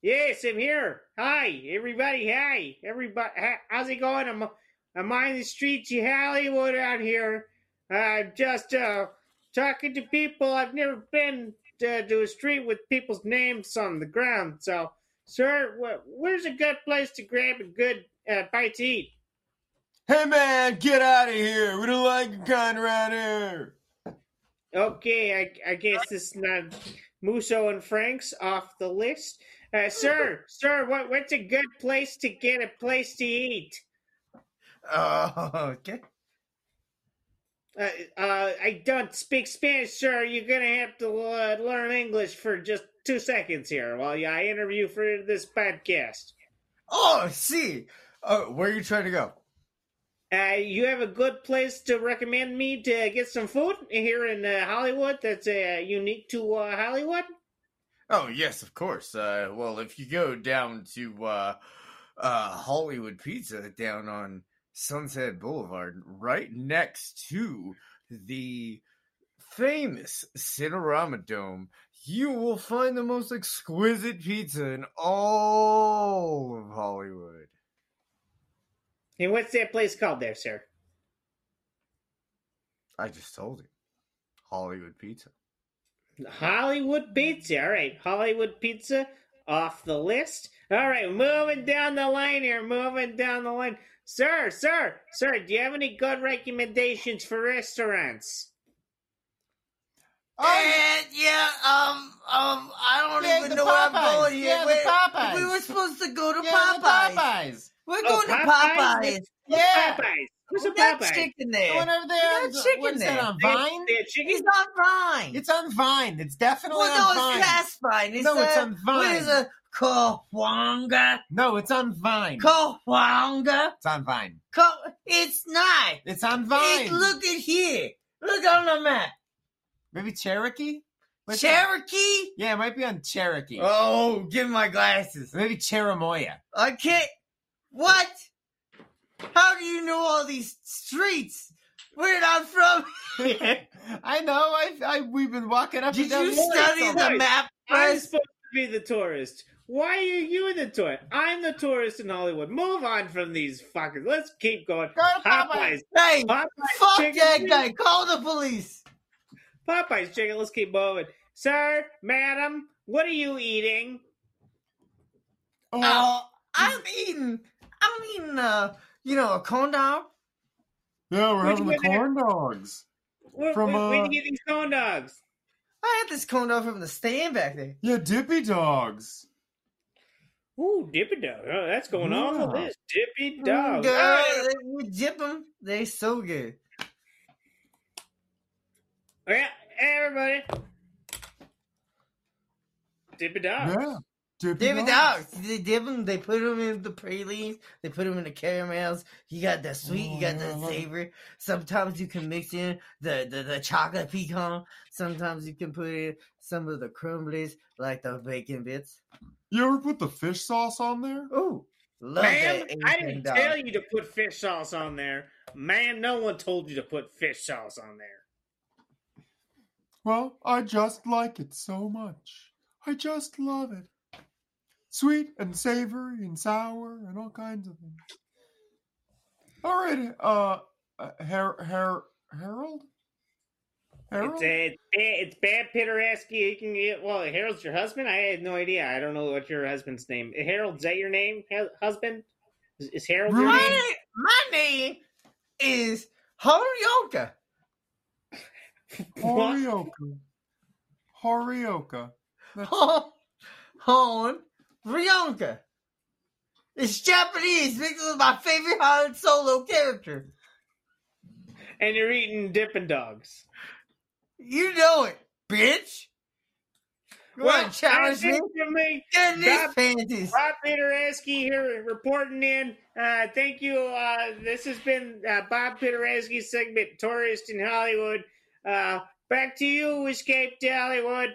Speaker 3: Yes, I'm here. Hi, everybody. Hi, everybody. Hi, How's it going? I'm, I'm on the streets of Hollywood out here. I'm just uh, talking to people. I've never been to, to a street with people's names on the ground. So, sir, wh- where's a good place to grab a good uh, bite to eat?
Speaker 2: Hey man, get out of here. We don't like your kind around here.
Speaker 3: Okay, I, I guess this is not Musso and Frank's off the list. Uh, sir, sir, what what's a good place to get a place to eat?
Speaker 1: Oh, okay.
Speaker 3: Uh, uh, I don't speak Spanish, sir. You're gonna have to uh, learn English for just two seconds here while I interview for this podcast.
Speaker 1: Oh, I see. Oh, where are you trying to go?
Speaker 3: Uh, you have a good place to recommend me to get some food here in uh, Hollywood that's uh, unique to uh, Hollywood?
Speaker 1: Oh, yes, of course. Uh, well, if you go down to uh, uh, Hollywood Pizza down on Sunset Boulevard, right next to the famous Cinerama Dome, you will find the most exquisite pizza in all of Hollywood.
Speaker 3: And what's that place called there, sir?
Speaker 1: I just told you. Hollywood Pizza.
Speaker 3: Hollywood Pizza. All right, Hollywood Pizza off the list. All right, moving down the line here, moving down the line. Sir, sir, sir, do you have any good recommendations for restaurants?
Speaker 1: And yeah, um, um, I don't
Speaker 2: Yeah,
Speaker 1: even
Speaker 2: the
Speaker 1: know where I'm
Speaker 2: Popeyes.
Speaker 1: going here.
Speaker 2: Yeah, the
Speaker 1: Wait,
Speaker 2: Popeyes.
Speaker 1: We were supposed to go to
Speaker 2: Yeah, the
Speaker 1: Popeyes.
Speaker 2: Popeyes.
Speaker 1: We're
Speaker 3: Oh,
Speaker 1: going to
Speaker 3: Popeyes?
Speaker 1: Popeyes.
Speaker 3: What's
Speaker 2: Yeah.
Speaker 3: Popeyes? Who's a
Speaker 1: We got
Speaker 3: Popeyes?
Speaker 1: chicken there.
Speaker 2: The one over there.
Speaker 1: They got chicken
Speaker 2: what is that
Speaker 1: there.
Speaker 2: on
Speaker 3: They-
Speaker 2: Vine?
Speaker 3: they have
Speaker 1: (laughs)
Speaker 3: chicken?
Speaker 1: He's not fine.
Speaker 2: It's on Vine. It's definitely
Speaker 1: well,
Speaker 2: on
Speaker 1: no,
Speaker 2: Vine.
Speaker 1: it's past fine. It's
Speaker 2: no, it's
Speaker 1: uh,
Speaker 2: on Vine.
Speaker 1: What is a Kawanga?
Speaker 2: No, it's on Vine.
Speaker 1: Kawanga?
Speaker 2: it's on Vine.
Speaker 1: Ka- it's not.
Speaker 2: It's on Vine.
Speaker 1: It, look at here. Look on the map.
Speaker 2: Maybe Cherokee? What's that?
Speaker 1: Cherokee?
Speaker 2: Yeah, it might be on Cherokee.
Speaker 1: Oh, give me my glasses.
Speaker 2: Maybe Cherimoya.
Speaker 1: I can't. What? How do you know all these streets? Where I'm from?
Speaker 2: I know. I, I we've been walking up.
Speaker 1: Did
Speaker 2: and down
Speaker 1: you
Speaker 2: the street
Speaker 1: study
Speaker 2: so
Speaker 1: the
Speaker 2: much.
Speaker 1: map
Speaker 3: I'm
Speaker 1: first?
Speaker 3: supposed to be the tourist. Why are you the tourist? I'm the tourist in Hollywood. Move on from these fuckers. Let's keep going.
Speaker 2: Go to Popeyes.
Speaker 3: Popeyes.
Speaker 1: Hey,
Speaker 3: Popeyes
Speaker 1: fuck
Speaker 3: chicken
Speaker 1: that
Speaker 3: wings.
Speaker 1: guy. Call the police.
Speaker 3: Popeye's chicken. Let's keep moving. Sir, madam, what are you eating?
Speaker 1: Oh, I'm eating. I'm eating. Uh, you know, a corn dog.
Speaker 4: Yeah, we're
Speaker 3: Which
Speaker 4: having the
Speaker 3: way-
Speaker 4: corn dogs.
Speaker 3: Where,
Speaker 4: From,
Speaker 3: where, where'd
Speaker 4: uh,
Speaker 3: you get these corn dogs?
Speaker 1: I had this corn dog from the stand back there.
Speaker 4: Yeah, dippy dogs.
Speaker 3: Ooh, dippy dog. Oh, that's going off the
Speaker 4: Yeah.
Speaker 3: list. Dippy
Speaker 1: Mm,
Speaker 3: dog.
Speaker 1: Girl,
Speaker 3: Ah,
Speaker 1: they- we dip them. They so good.
Speaker 3: yeah, everybody. Dippy dog.
Speaker 4: Yeah, dippy,
Speaker 1: Oh. Dippy dogs. They dip them. They put them in the pralines. They put them in the caramels. You got the sweet. you got
Speaker 4: Oh, I
Speaker 1: the
Speaker 4: love it.
Speaker 1: savory. Sometimes you can mix in the, the the chocolate pecan. Sometimes you can put in some of the crumblies, like the bacon bits.
Speaker 4: You ever put the fish sauce on there?
Speaker 1: Ooh, love
Speaker 3: Ma'am,
Speaker 1: that.
Speaker 3: I
Speaker 1: Asian
Speaker 3: didn't
Speaker 1: dog.
Speaker 3: tell you to put fish sauce on there. Man, no one told you to put fish sauce on there.
Speaker 4: Well, I just like it so much. I just love it. Sweet and savory and sour and all kinds of things. All right, uh, uh, Har- Har- Harold? Harold?
Speaker 3: It's, uh, it's, it's Bad Piteraski. You can get, well, Harold's your husband? I had no idea. I don't know what your husband's name. Harold, is that your name? Har- Husband? Is, is Harold your
Speaker 4: Really?
Speaker 3: name?
Speaker 1: My, my name is Horioka.
Speaker 3: What?
Speaker 4: Horioka. Horioka.
Speaker 1: Hon (laughs) Hon Rionka. It's Japanese mixed with my favorite Han Solo character.
Speaker 3: And you're eating Dippin' Dogs.
Speaker 1: You know it, bitch. You
Speaker 3: Well,
Speaker 1: want to challenge me?
Speaker 3: that's it for me.
Speaker 1: Get in
Speaker 3: Rob-
Speaker 1: these panties.
Speaker 3: Rob Piteraski here reporting in. Uh, thank you. Uh, this has been uh, Bob Piteraski's segment, Tourist in Hollywood. Uh, back to you, Escaped Hollywood.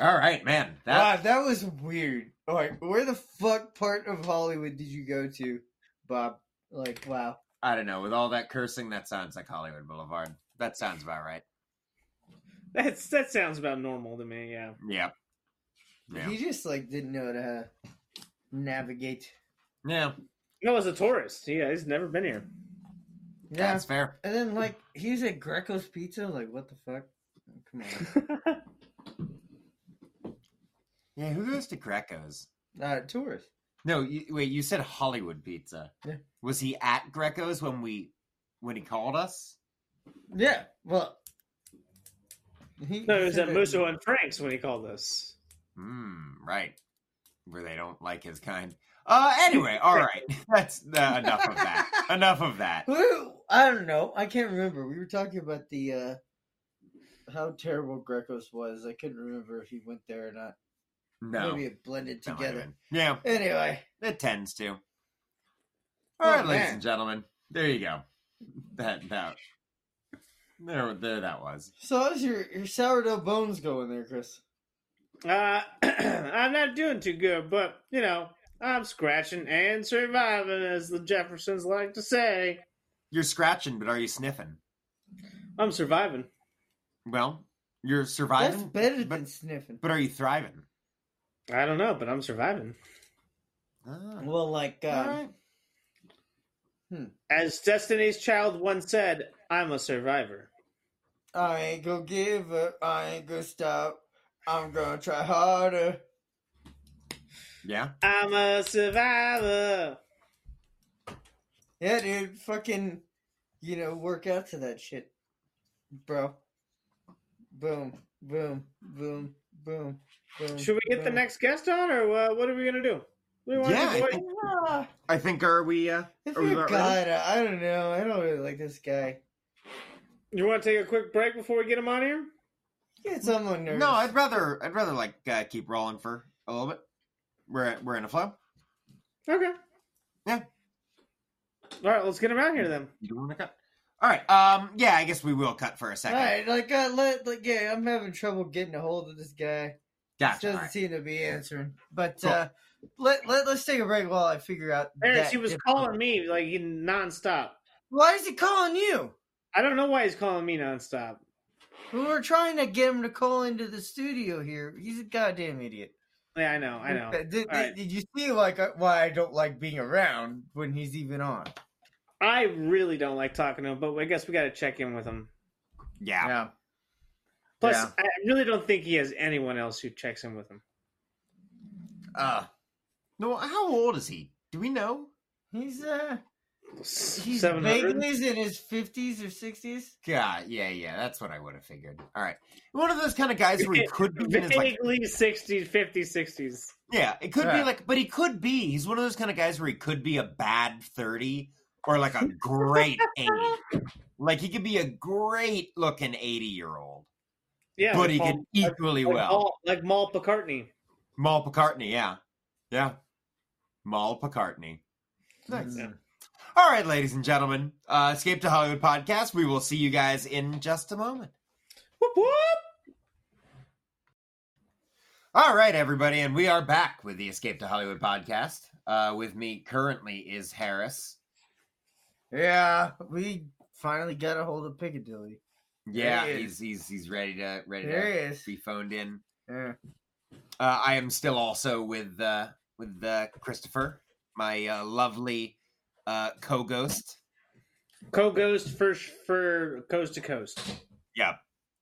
Speaker 2: All right, man. That
Speaker 1: that was weird. All right, where the fuck part of Hollywood did you go to, Bob? Like, wow.
Speaker 2: I don't know. With all that cursing, that sounds like Hollywood Boulevard. That sounds about right.
Speaker 3: That's That sounds about normal to me, yeah.
Speaker 2: Yeah. Yeah.
Speaker 1: He just like didn't know how to navigate.
Speaker 2: Yeah.
Speaker 3: No, as a tourist. Yeah, he's never been here.
Speaker 1: Yeah,
Speaker 2: That's fair.
Speaker 1: And then like he was at Greco's Pizza, like what the fuck? Come on. (laughs)
Speaker 2: Yeah. Who goes to Greco's?
Speaker 1: Uh tourist.
Speaker 2: No, you, wait. You said Hollywood Pizza.
Speaker 1: Yeah.
Speaker 2: Was he at Greco's when we when he called us?
Speaker 1: Yeah. Well he,
Speaker 3: No,
Speaker 1: he
Speaker 3: it was
Speaker 1: said
Speaker 3: at
Speaker 1: that-
Speaker 3: Musso and Frank's when he called us.
Speaker 2: Hmm. Right. Where they don't like his kind. Uh. Anyway. (laughs) All right. That's uh, enough of that. (laughs) enough of that.
Speaker 1: Who- I don't know. I can't remember. We were talking about the uh how terrible Greco's was. I couldn't remember if he went there or not.
Speaker 2: No.
Speaker 1: Maybe it blended
Speaker 2: that might have
Speaker 1: together.
Speaker 2: been- Yeah.
Speaker 1: Anyway.
Speaker 2: It tends to. All
Speaker 1: Oh,
Speaker 2: right, ladies
Speaker 1: man.
Speaker 2: and gentlemen. There you go. (laughs) That that there there that was.
Speaker 1: So how's your, your sourdough bones going there, Chris?
Speaker 3: Uh, (clears throat) I'm not doing too good, but, you know, I'm scratching and surviving, as the Jeffersons like to say.
Speaker 2: You're scratching, but are you sniffing?
Speaker 3: I'm surviving.
Speaker 2: Well, you're
Speaker 1: That's
Speaker 2: surviving,
Speaker 1: better
Speaker 2: but
Speaker 1: than sniffing.
Speaker 2: but are you thriving?
Speaker 3: I don't know, but I'm surviving.
Speaker 2: Ah,
Speaker 1: Well, like um,
Speaker 2: all right.
Speaker 3: As Destiny's Child once said, I'm a survivor.
Speaker 1: I ain't gonna give up. I ain't gonna stop. I'm gonna try harder.
Speaker 2: Yeah.
Speaker 3: I'm a survivor.
Speaker 1: Yeah, dude. Fucking, you know, work out to that shit, bro. Boom, boom, boom, boom, boom.
Speaker 3: Should we get the
Speaker 1: boom.
Speaker 3: next guest on, or uh, what are we going to do? We wanna
Speaker 2: Yeah,
Speaker 3: do
Speaker 2: I
Speaker 3: what-
Speaker 2: think-
Speaker 1: Ah,
Speaker 2: I think are we uh
Speaker 1: if
Speaker 2: Are we
Speaker 1: you
Speaker 2: about
Speaker 1: got it, I don't know. I don't really like this guy.
Speaker 3: you want to take a quick break before we get him on here?
Speaker 1: Get someone nervous.
Speaker 2: No, I'd rather I'd rather like uh, keep rolling for a little bit. We're we're in a flow.
Speaker 3: Okay.
Speaker 2: Yeah.
Speaker 3: All right, let's get him out here then.
Speaker 2: You don't want to cut. All right. Um yeah, I guess we will cut for a
Speaker 1: All
Speaker 2: second.
Speaker 1: right, like, uh, let, like, yeah, I'm having trouble getting a hold of this guy.
Speaker 2: Gotcha.
Speaker 1: Doesn't
Speaker 2: all right.
Speaker 1: seem to be answering. But
Speaker 2: Cool.
Speaker 1: uh, let, let let's take a break while I figure out.
Speaker 3: Paris,
Speaker 1: that
Speaker 3: he was
Speaker 1: if-
Speaker 3: calling me like he- nonstop.
Speaker 1: Why is he calling you?
Speaker 3: I don't know why he's calling me nonstop.
Speaker 1: We were trying to get him to call into the studio here. He's a goddamn idiot.
Speaker 3: Yeah, I know, I know.
Speaker 1: Did, did,
Speaker 3: Alright.
Speaker 1: did you see like uh, why I don't like being around when he's even on?
Speaker 3: I really don't like talking to him, but I guess we got to check in with him.
Speaker 2: Yeah.
Speaker 1: Yeah.
Speaker 3: Plus,
Speaker 1: Yeah.
Speaker 3: I really don't think he has anyone else who checks in with him.
Speaker 2: Uh, no, how old is he? Do we know?
Speaker 1: He's uh he's
Speaker 3: 700?
Speaker 1: vaguely in his fifties or sixties.
Speaker 2: God, yeah, yeah, that's what I would have figured. All right, one of those kind of guys where he could be in his like,
Speaker 3: Vaguely 60s, 50s, 60s.
Speaker 2: yeah, it could be
Speaker 1: Yeah.
Speaker 2: like, but he could be. He's one of those kind of guys where he could be a bad thirty or like a great eighty. Like he could be a great looking eighty year old,
Speaker 3: Yeah.
Speaker 2: but
Speaker 3: like
Speaker 2: he
Speaker 3: Paul-
Speaker 2: could equally
Speaker 3: like,
Speaker 2: well.
Speaker 3: Paul- like Maul McCartney.
Speaker 2: Maul McCartney, yeah, yeah, Maul McCartney.
Speaker 4: Nice.
Speaker 1: Mm.
Speaker 2: All right, ladies and gentlemen, uh, Escape to Hollywood podcast. We will see you guys in just a moment.
Speaker 3: Whoop, whoop.
Speaker 2: All right, everybody, and we are back with the Escape to Hollywood podcast. Uh, with me currently is Harris.
Speaker 1: Yeah. We finally got a hold of Piccadilly.
Speaker 2: Yeah,
Speaker 1: There he
Speaker 2: he's he's he's ready to ready
Speaker 1: There
Speaker 2: to
Speaker 1: he is.
Speaker 2: be phoned in.
Speaker 1: Yeah.
Speaker 2: Uh, I am still also with uh, with uh, Christopher, my uh, lovely uh, co-ghost.
Speaker 3: Co ghost for, for coast to coast.
Speaker 2: Yeah,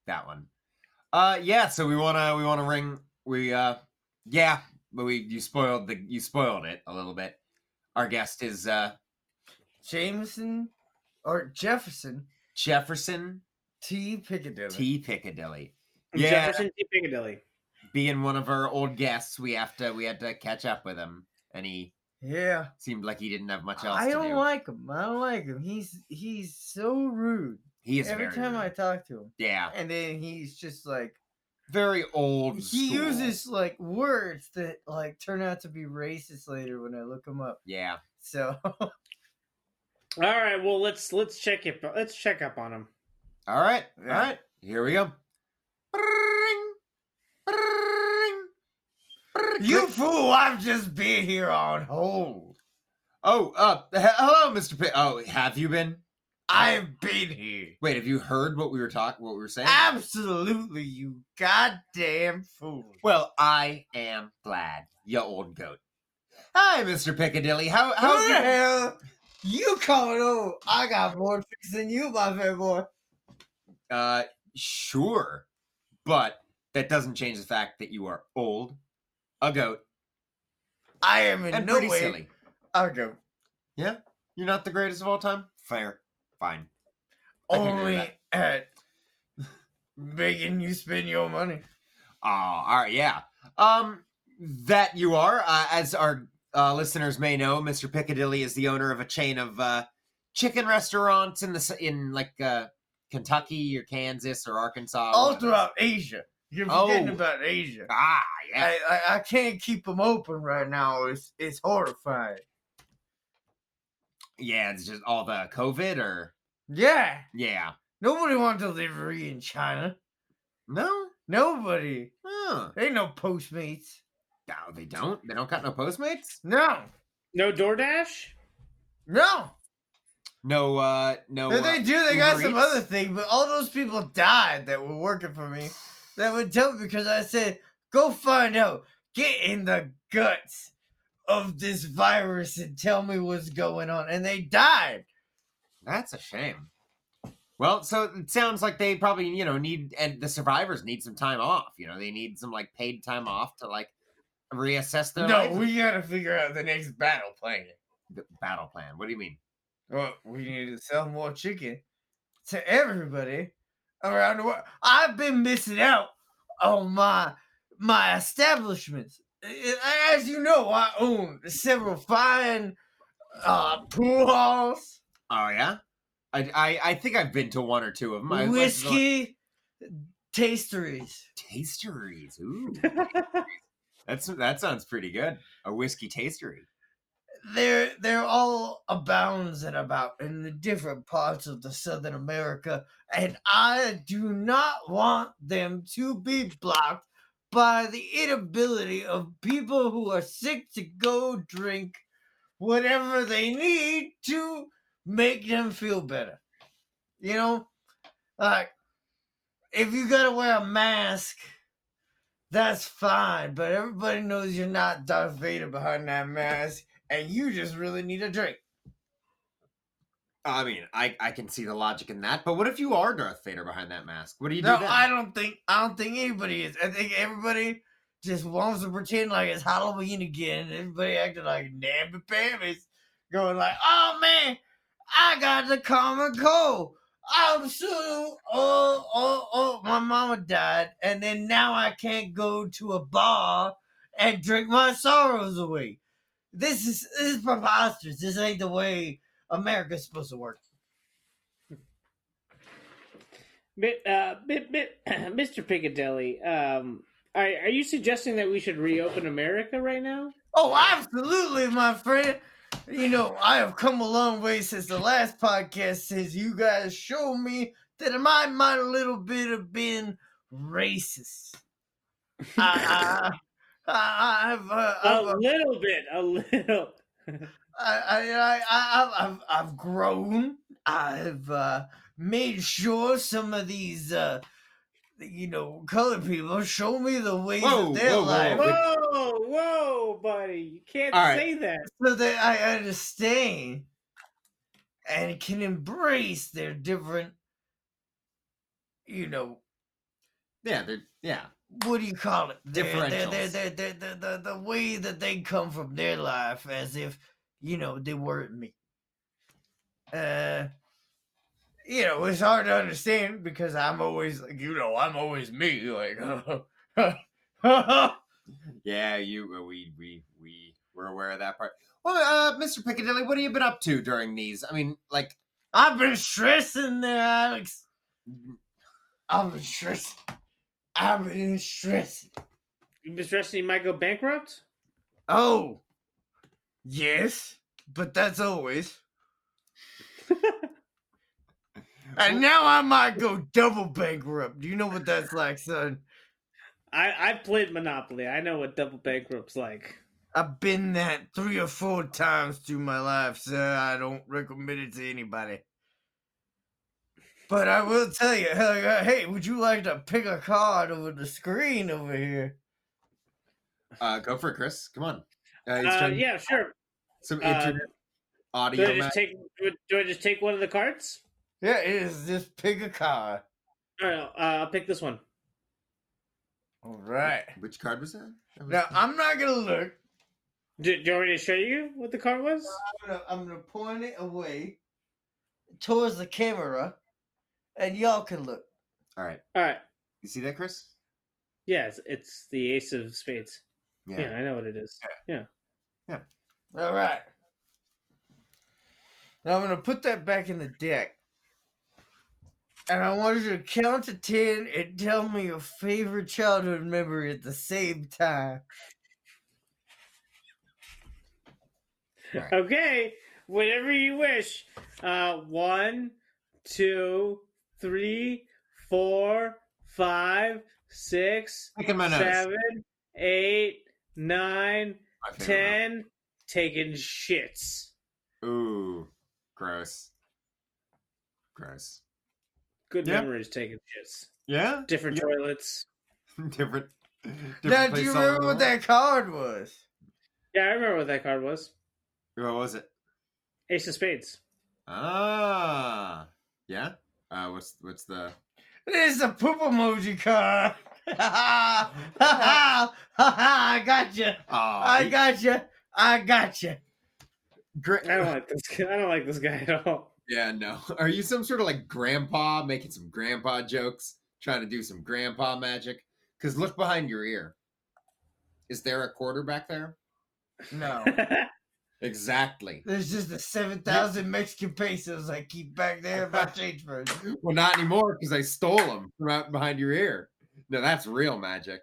Speaker 2: that one. Uh, yeah. So we wanna we wanna ring we uh yeah, but we you spoiled the you spoiled it a little bit. Our guest is uh
Speaker 1: Jameson or Jefferson
Speaker 2: Jefferson
Speaker 1: T. Piccadilly.
Speaker 2: T. Piccadilly. Yeah,
Speaker 3: Jefferson T. Piccadilly.
Speaker 2: being one of our old guests, we have to we had to catch up with him, and he
Speaker 1: Yeah.
Speaker 2: seemed like he didn't have much else.
Speaker 1: I
Speaker 2: to
Speaker 1: don't
Speaker 2: do.
Speaker 1: like him. I don't like him. He's he's so rude.
Speaker 2: He is
Speaker 1: Every
Speaker 2: very
Speaker 1: time I
Speaker 2: rude.
Speaker 1: talk to him.
Speaker 2: yeah,
Speaker 1: And then he's just like
Speaker 2: very old.
Speaker 1: he
Speaker 2: school.
Speaker 1: uses like words that like turn out to be racist later when I look him up.
Speaker 2: yeah.
Speaker 1: So
Speaker 3: All right, well let's let's check it. Let's check up on him.
Speaker 2: All right,
Speaker 1: Yeah.
Speaker 2: all right. Here we go. Ring, ring,
Speaker 1: (laughs) you fool! I've just been here on hold.
Speaker 2: Oh, uh, (laughs) he- hello, Mister. P- oh, have you been?
Speaker 1: I've been here.
Speaker 2: Wait, have you heard what we were talking? What we were saying?
Speaker 1: Absolutely, you goddamn fool.
Speaker 2: well, I am glad, you old goat. Hi, Mister Piccadilly. How
Speaker 1: How
Speaker 2: how's
Speaker 1: the
Speaker 2: your-
Speaker 1: hell you coming over? I got more tricks than you, my fair boy.
Speaker 2: Uh, sure, but that doesn't change the fact that you are old, a goat,
Speaker 1: I am in
Speaker 2: and
Speaker 1: no
Speaker 2: pretty
Speaker 1: way.
Speaker 2: silly.
Speaker 1: I'll go.
Speaker 2: You're not the greatest of all time. Fair, fine. I can agree with
Speaker 1: Only
Speaker 2: that.
Speaker 1: at making you spend your money.
Speaker 2: Oh, all right, yeah. Um, that you are, uh, as our uh, listeners may know, Mr. Piccadilly is the owner of a chain of uh, chicken restaurants in the s- in like uh, Kentucky or Kansas or Arkansas. or
Speaker 1: All
Speaker 2: whatever.
Speaker 1: throughout Asia. You're forgetting
Speaker 2: Oh.
Speaker 1: about Asia.
Speaker 2: Ah, yeah.
Speaker 1: I, I, I can't keep them open right now. It's it's horrifying.
Speaker 2: yeah, it's just all the COVID or
Speaker 1: Yeah,
Speaker 2: yeah.
Speaker 1: nobody wants delivery in China.
Speaker 2: No,
Speaker 1: Nobody.
Speaker 2: Huh.
Speaker 1: Ain't no Postmates.
Speaker 2: No, they don't. They don't got no Postmates.
Speaker 1: No,
Speaker 3: No DoorDash?
Speaker 1: no.
Speaker 2: No, uh, no.
Speaker 1: If
Speaker 2: uh,
Speaker 1: they do, they got
Speaker 2: Uber
Speaker 1: some
Speaker 2: Eats?
Speaker 1: other thing. But all those people died that were working for me. That would tell me because I said, "Go find out. Get in the guts of this virus and tell me what's going on." And they died.
Speaker 2: That's a shame. Well, so it sounds like they probably, you know, need and the survivors need some time off. You know, they need some like paid time off to like reassess their
Speaker 1: no,
Speaker 2: life.
Speaker 1: we gotta figure out the next battle plan.
Speaker 2: The battle plan. What do you mean?
Speaker 1: Well, we need to sell more chicken to everybody around the world. I've been missing out on my my establishments. A- a- As you know, I own several fine uh, pool halls,
Speaker 2: Oh yeah, I I, I think I've been to one or two of them. I was like, the-
Speaker 1: whiskey uh, tasteries.
Speaker 2: tasteries.
Speaker 1: (laughs)
Speaker 2: Ooh, that's that sounds pretty good. A whiskey tastery.
Speaker 1: They're they're all abounds and about in the different parts of the Southern America, and I do not want them to be blocked by the inability of people who are sick to go drink whatever they need to make them feel better. You know, like if you gotta wear a mask, that's fine, but everybody knows you're not Darth Vader behind that mask and you just really need a drink.
Speaker 2: I mean, I, I can see the logic in that, but what if you are Darth Vader behind that mask? What do you do
Speaker 1: No,
Speaker 2: then?
Speaker 1: I don't think I don't think anybody is. I think everybody just wants to pretend like it's Halloween again. and Everybody acting like namby pambies, going like, "Oh man, I got the common cold. I'm so oh oh oh, my mama died, and then now I can't go to a bar and drink my sorrows away. This is this is preposterous. This ain't the way America's supposed to work."
Speaker 3: Bit, uh, bit, (clears throat) bit, Mr. Piccadilly. Um, are, are you suggesting that we should reopen America right now?
Speaker 1: Oh, absolutely, my friend. You know, I have come a long way since the last podcast, since you guys showed me that I might a little bit have been racist. I, I, I, I've, uh, I've,
Speaker 2: Uh-huh. Oh.
Speaker 3: A little bit, a little.
Speaker 1: I, I, I, I, I've, I've, I've grown. I've uh, made sure some of these, uh, you know, colored people show me the ways
Speaker 2: Whoa,
Speaker 1: of their
Speaker 2: whoa, whoa.
Speaker 1: life.
Speaker 3: Whoa, whoa, buddy! You can't
Speaker 2: All right.
Speaker 3: say that.
Speaker 1: so that I understand and can embrace their different, you know,
Speaker 2: yeah, they're, yeah.
Speaker 1: what do you call it? Their, their, their,
Speaker 2: Differentials.
Speaker 1: their, their, their, the, the way that they come from their life as if, you know, they weren't me. Uh, you know, it's hard to understand because I'm always, like, you know, I'm always me. Like, (laughs)
Speaker 2: Yeah, you uh, we we we were aware of that part. Well, uh, Mr. Piccadilly, what have you been up to during these? I mean, like,
Speaker 1: I've been stressing there, Alex. I've been stressing. I've been stressing.
Speaker 3: You've been stressing you might go bankrupt.
Speaker 1: Oh, yes, but that's always. and now I might go double bankrupt. Do you know what that's like, son?
Speaker 3: I I've played Monopoly. I know what double bankrupt's like.
Speaker 1: I've been that three or four times through my life, so I don't recommend it to anybody. But I will tell you, hey, uh, hey, would you like to pick a card over the screen over here?
Speaker 2: uh, go for it, Chris. Come on. Uh, he's
Speaker 3: Uh,
Speaker 2: trying
Speaker 3: yeah, sure.
Speaker 2: some
Speaker 3: uh,
Speaker 2: inter-
Speaker 3: Do I
Speaker 2: audio. ma-
Speaker 3: just take do, do I just take one of the cards?
Speaker 1: Yeah, it is just pick a card.
Speaker 3: All right, uh, I'll pick this one.
Speaker 1: All right.
Speaker 2: Which card was that? That was-
Speaker 1: Now I'm not gonna look.
Speaker 3: Do, do you want me to show you what the card was?
Speaker 1: I'm gonna, I'm gonna point it away towards the camera, and y'all can look.
Speaker 2: All right.
Speaker 3: All right.
Speaker 2: You see that, Chris?
Speaker 3: Yes, it's the Ace of Spades. Yeah, I know what it is.
Speaker 1: All right. Now I'm gonna put that back in the deck, and I want you to count to ten and tell me your favorite childhood memory at the same time.
Speaker 3: Okay, whatever you wish. Uh, one, two, three, four, five, six,
Speaker 2: Picking my nose.
Speaker 3: seven, eight, nine,
Speaker 2: My favorite
Speaker 3: ten. Taking shits.
Speaker 2: one. Ooh, gross. Gross.
Speaker 3: Good
Speaker 2: Yeah.
Speaker 3: memories taking shits.
Speaker 2: Yeah.
Speaker 3: Different
Speaker 2: Yeah.
Speaker 3: toilets.
Speaker 2: (laughs) different. different
Speaker 1: Now, do
Speaker 2: place
Speaker 1: you
Speaker 2: all
Speaker 1: remember
Speaker 2: over
Speaker 1: what
Speaker 2: the world.
Speaker 1: that card was?
Speaker 3: Yeah, I remember what that card was.
Speaker 2: What was it?
Speaker 3: Ace of Spades.
Speaker 2: Ah, yeah. Uh, what's what's the?
Speaker 1: This is a poop emoji card. Ha ha ha ha ha! I got you.
Speaker 2: Oh,
Speaker 1: I got you. I got you.
Speaker 2: great.
Speaker 3: I don't like this. Guy. I don't like this guy at all. (laughs)
Speaker 2: Yeah, no. (laughs) Are you some sort of like grandpa making some grandpa jokes, trying to do some grandpa magic? Because look behind your ear. Is there a quarter back there?
Speaker 1: (laughs) No, (laughs)
Speaker 2: Exactly.
Speaker 1: there's just the seven thousand Mexican pesos I keep back there
Speaker 2: (laughs)
Speaker 1: in my change purse.
Speaker 2: Well, not anymore because I stole them from out behind your ear. No, that's real magic.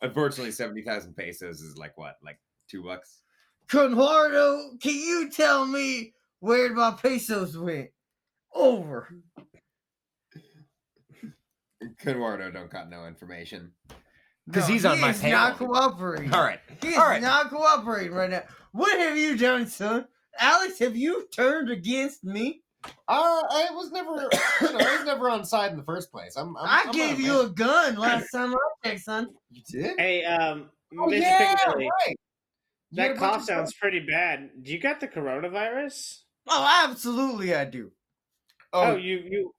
Speaker 2: Unfortunately, 70,000 pesos is like what? Like two bucks?
Speaker 1: Conwardo, can you tell me where my pesos went? Over.
Speaker 2: Eduardo don't got no information. 'Cause
Speaker 1: No,
Speaker 2: he's on
Speaker 1: he
Speaker 2: my
Speaker 1: is not
Speaker 2: payroll.
Speaker 1: cooperating.
Speaker 2: All right.
Speaker 1: He is
Speaker 2: All right.
Speaker 1: not cooperating right now. What have you done, son? Alex, have you turned against me?
Speaker 2: Uh, I was never, (coughs) you know, I was never on side in the first place. I'm, I'm,
Speaker 1: i
Speaker 2: I'm not
Speaker 1: gave
Speaker 2: man.
Speaker 1: you a gun
Speaker 2: (clears throat)
Speaker 1: last time I checked, son.
Speaker 2: You did?
Speaker 3: hey, um,
Speaker 2: Oh,
Speaker 3: Mr.
Speaker 2: yeah,
Speaker 3: Piccadilly,
Speaker 2: right. You had a bunch
Speaker 3: that cough
Speaker 2: of-
Speaker 3: sounds pretty bad. Do you got the coronavirus?
Speaker 1: Oh, absolutely, I do.
Speaker 3: Oh,
Speaker 1: Oh,
Speaker 3: you you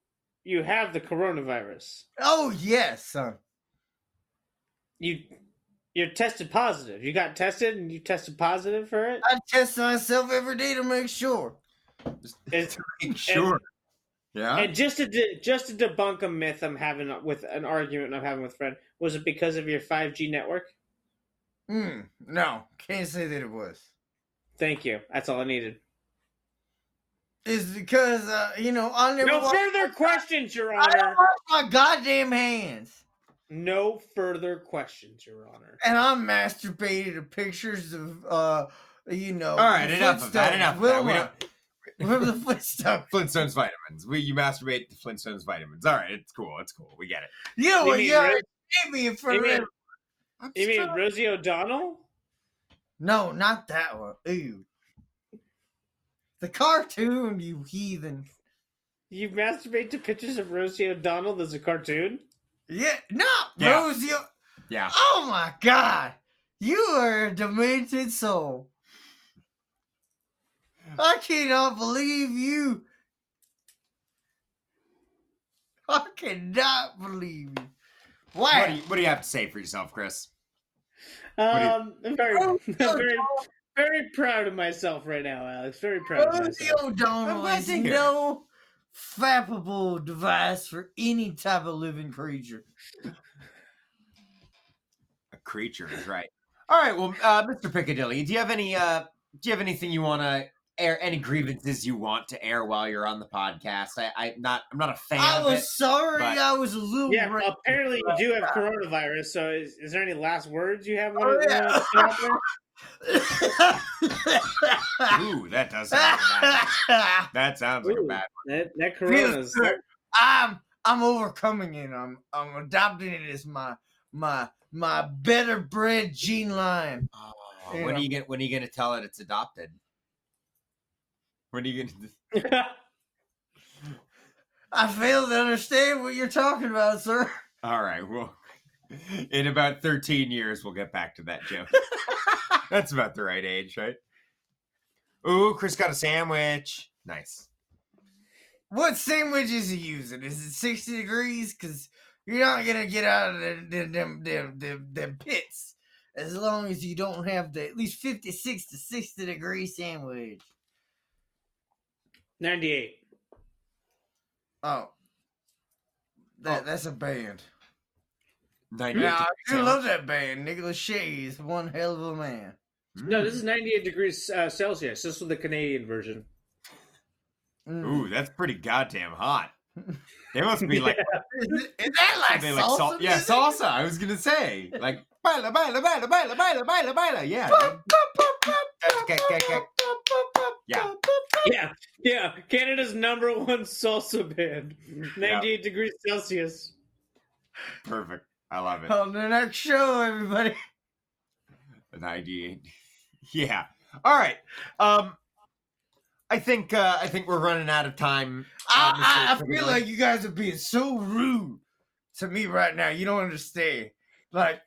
Speaker 3: you have the coronavirus.
Speaker 1: oh yes, son.
Speaker 3: You you're tested positive. You got tested and you tested positive for it.
Speaker 1: I test myself every day to make sure.
Speaker 3: It's-
Speaker 1: to make
Speaker 3: sure.
Speaker 1: Yeah.
Speaker 3: And just to de- just to debunk a myth I'm having with an argument I'm having with Fred, was it because of your 5G network?
Speaker 1: Mm, no, can't say that it was.
Speaker 3: Thank you. That's all I needed.
Speaker 1: It's because uh, you know I never.
Speaker 3: No
Speaker 1: wash-
Speaker 3: further questions, Your
Speaker 1: I don't
Speaker 3: Honor.
Speaker 1: wash my goddamn hands,
Speaker 3: No further questions, Your Honor.
Speaker 1: and I masturbated to pictures of uh, you know.
Speaker 2: All right, enough of that. Enough of that. We don't,
Speaker 1: Remember
Speaker 2: (laughs)
Speaker 1: the Flintstones?
Speaker 2: Flintstones vitamins. We you masturbate the Flintstones vitamins. All right, it's cool. It's cool. We get it.
Speaker 1: You know
Speaker 3: You
Speaker 1: what?
Speaker 3: mean
Speaker 1: You
Speaker 3: Ro-
Speaker 1: already made me in front
Speaker 3: You
Speaker 1: of
Speaker 3: mean,
Speaker 1: everyone. I'm
Speaker 3: you mean
Speaker 1: still-
Speaker 3: Rosie O'Donnell?
Speaker 1: No, not that one. Ooh. The cartoon, you heathen.
Speaker 3: You masturbate to pictures of Rosie O'Donnell. There's a cartoon.
Speaker 1: Yeah, no,
Speaker 2: Yeah.
Speaker 1: Rosie.
Speaker 2: Yeah.
Speaker 1: Oh my god. You are a demented soul. I cannot believe you. I cannot believe you.
Speaker 2: What do you,
Speaker 1: Wow.
Speaker 2: what do you have to say for yourself, Chris? What
Speaker 3: Um, I'm very,
Speaker 1: Oh,
Speaker 3: I'm
Speaker 1: (laughs) no,
Speaker 3: very, very proud of myself right now, Alex. Very proud of
Speaker 1: Rosie
Speaker 3: myself.
Speaker 2: I'm
Speaker 1: O'Donnell
Speaker 2: glad
Speaker 1: is
Speaker 2: to hear.
Speaker 1: no fappable device for any type of living creature.
Speaker 2: A creature is right. All right. Well, uh, Mr. Piccadilly, do you have any? Uh, do you have anything you want to air? Any grievances you want to air while you're on the podcast? I, I'm not. I'm not a fan
Speaker 1: I
Speaker 2: of
Speaker 1: was
Speaker 2: it.
Speaker 1: sorry
Speaker 2: but-
Speaker 1: I was a little
Speaker 3: Yeah,
Speaker 1: ra- (laughs)
Speaker 3: apparently you do have coronavirus. So, is, is there any last words you have?
Speaker 1: Oh,
Speaker 3: wanna-
Speaker 1: yeah.
Speaker 3: wanna put out (laughs) there?
Speaker 2: Ooh, that does. Sound like
Speaker 1: (laughs)
Speaker 2: a bad one. that sounds like a
Speaker 3: Ooh.
Speaker 2: bad.
Speaker 3: That that corona's (laughs)
Speaker 1: sir. I'm I'm overcoming it. I'm I'm adopting it as my my my better bred gene line.
Speaker 2: Oh,
Speaker 1: Yeah.
Speaker 2: When are you gonna When are you gonna tell it it's adopted? When are you gonna?
Speaker 1: I fail to understand what you're talking about, sir.
Speaker 2: All right. Well, (laughs) in about 13 years, we'll get back to that (laughs) joke. That's about the right age, right? Ooh, Chris got a sandwich. Nice.
Speaker 1: What sandwich is he using? Is it sixty degrees? Cause you're not gonna get out of them them them them, them, them pits as long as you don't have the at least fifty six to sixty degree sandwich.
Speaker 3: ninety-eight.
Speaker 1: Oh. That, That's a band.
Speaker 2: 90
Speaker 1: Yeah, I do love that band. Nicholas Shea is one hell of a man.
Speaker 3: No, this is ninety-eight degrees uh, Celsius. This was the Canadian version.
Speaker 1: Mm.
Speaker 2: Ooh, that's pretty
Speaker 1: (laughs)
Speaker 2: goddamn hot. They must be like,
Speaker 1: Is, it- is that like
Speaker 2: they
Speaker 1: salsa?
Speaker 2: like sal- yeah,
Speaker 1: music?
Speaker 2: salsa. I was gonna say like baila, baila, baila, baila, baila, baila, baila. Yeah, yeah.
Speaker 3: Yeah, yeah. Canada's number one salsa band. Ninety-eight degrees Celsius.
Speaker 2: Perfect. I love it.
Speaker 1: On the next show, everybody.
Speaker 2: an ID. (laughs) Yeah. All right. Um I think uh I think we're running out of time.
Speaker 1: I, I, I
Speaker 2: Mr.
Speaker 1: feel
Speaker 2: Timberlake.
Speaker 1: like you guys are being so rude to me right now. You don't understand. Like,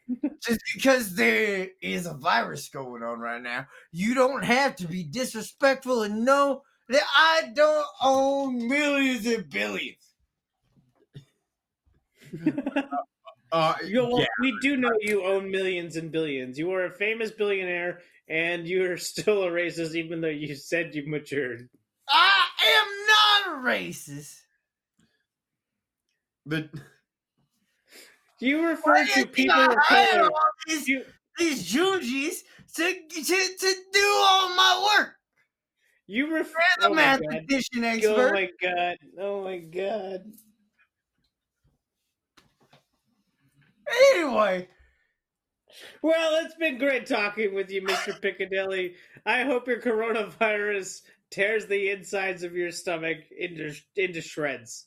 Speaker 1: just because there is a virus going on right now, you don't have to be disrespectful and know that I don't own millions and billions.
Speaker 2: Uh
Speaker 3: Yo, well,
Speaker 2: yeah.
Speaker 3: we do know you own millions and billions. You are a famous billionaire, and you are still a racist, even though you said you matured.
Speaker 1: I am not a racist. (laughs)
Speaker 2: The,
Speaker 3: You
Speaker 1: Why
Speaker 3: refer
Speaker 1: do
Speaker 3: to
Speaker 1: you think
Speaker 3: people
Speaker 1: I
Speaker 3: of
Speaker 1: hired
Speaker 3: color.
Speaker 1: all these,
Speaker 3: You,
Speaker 1: these Junjis to, to, to do all my work?
Speaker 3: you refer.
Speaker 1: As a
Speaker 3: Oh my god!
Speaker 1: mathematician
Speaker 3: Oh
Speaker 1: expert,
Speaker 3: my god! Oh my god!
Speaker 1: anyway,
Speaker 3: Well, it's been great talking with you, Mr. Piccadilly. I hope your coronavirus tears the insides of your stomach into into shreds.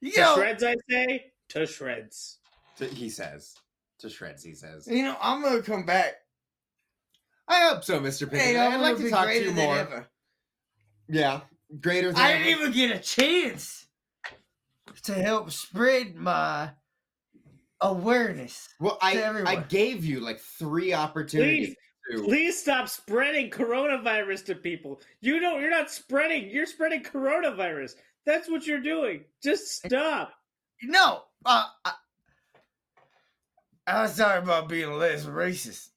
Speaker 1: you
Speaker 3: To
Speaker 1: know,
Speaker 3: shreds, I say. To shreds.
Speaker 2: to, he says. To shreds, he says.
Speaker 1: you know, I'm gonna come back.
Speaker 2: I hope so, Mr. Pickett.
Speaker 1: Hey, I'm
Speaker 2: I'd like to talk to you more. Yeah. Greater than
Speaker 1: I didn't
Speaker 2: ever.
Speaker 1: even get a chance to help spread my awareness.
Speaker 2: Well,
Speaker 1: to
Speaker 2: I I
Speaker 1: everyone.
Speaker 2: gave you like three opportunities.
Speaker 3: Please,
Speaker 2: too.
Speaker 3: Please stop spreading coronavirus to people. You know you're not spreading. You're spreading coronavirus. That's what you're doing. Just stop.
Speaker 1: No, uh, I, I was talking about being less racist.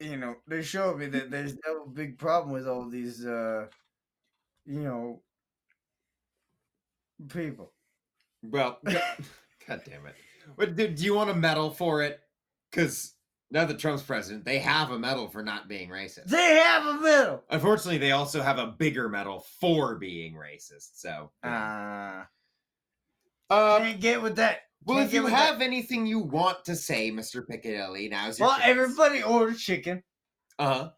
Speaker 1: You know, they showed me that there's no big problem with all these, uh, you know, people.
Speaker 2: Well, (laughs) god damn it. But do, do you want a medal for it? Because now that Trump's president, they have a medal for not being racist.
Speaker 1: They have a medal.
Speaker 2: Unfortunately, they also have a bigger medal for being racist. So,
Speaker 1: Uh,
Speaker 2: um,
Speaker 3: Ah.
Speaker 1: can't get with that.
Speaker 2: well,
Speaker 1: can't
Speaker 2: if
Speaker 1: get
Speaker 2: you
Speaker 1: with that.
Speaker 2: have anything you want to say, Mister Piccadilly, now's your
Speaker 1: well,
Speaker 2: chance.
Speaker 1: everybody ordered chicken.
Speaker 2: uh-huh.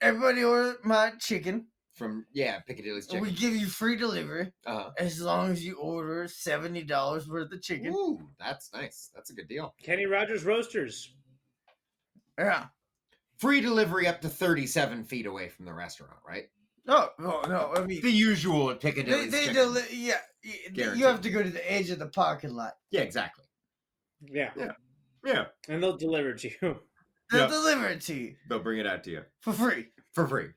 Speaker 1: Everybody ordered my chicken.
Speaker 2: from yeah, Piccadilly's chicken.
Speaker 1: We give you free delivery
Speaker 2: uh-huh.
Speaker 1: as long as you order seventy dollars worth of chicken.
Speaker 2: Ooh, that's nice. That's a good deal.
Speaker 3: Kenny Rogers Roasters.
Speaker 1: Yeah.
Speaker 2: Free delivery up to thirty-seven feet away from the restaurant, right?
Speaker 1: No, no, no. I mean,
Speaker 2: The usual at
Speaker 1: they,
Speaker 2: Piccadilly's
Speaker 1: they
Speaker 2: chicken.
Speaker 1: deli- yeah. y- You have
Speaker 2: Guaranteed.
Speaker 1: to go to the edge of the parking lot.
Speaker 2: yeah, exactly.
Speaker 3: Yeah,
Speaker 2: Yeah,
Speaker 3: and they'll deliver it to you (laughs)
Speaker 1: They'll
Speaker 2: Yeah.
Speaker 1: deliver it to you
Speaker 2: they'll bring it out to you
Speaker 1: for free.
Speaker 2: for free.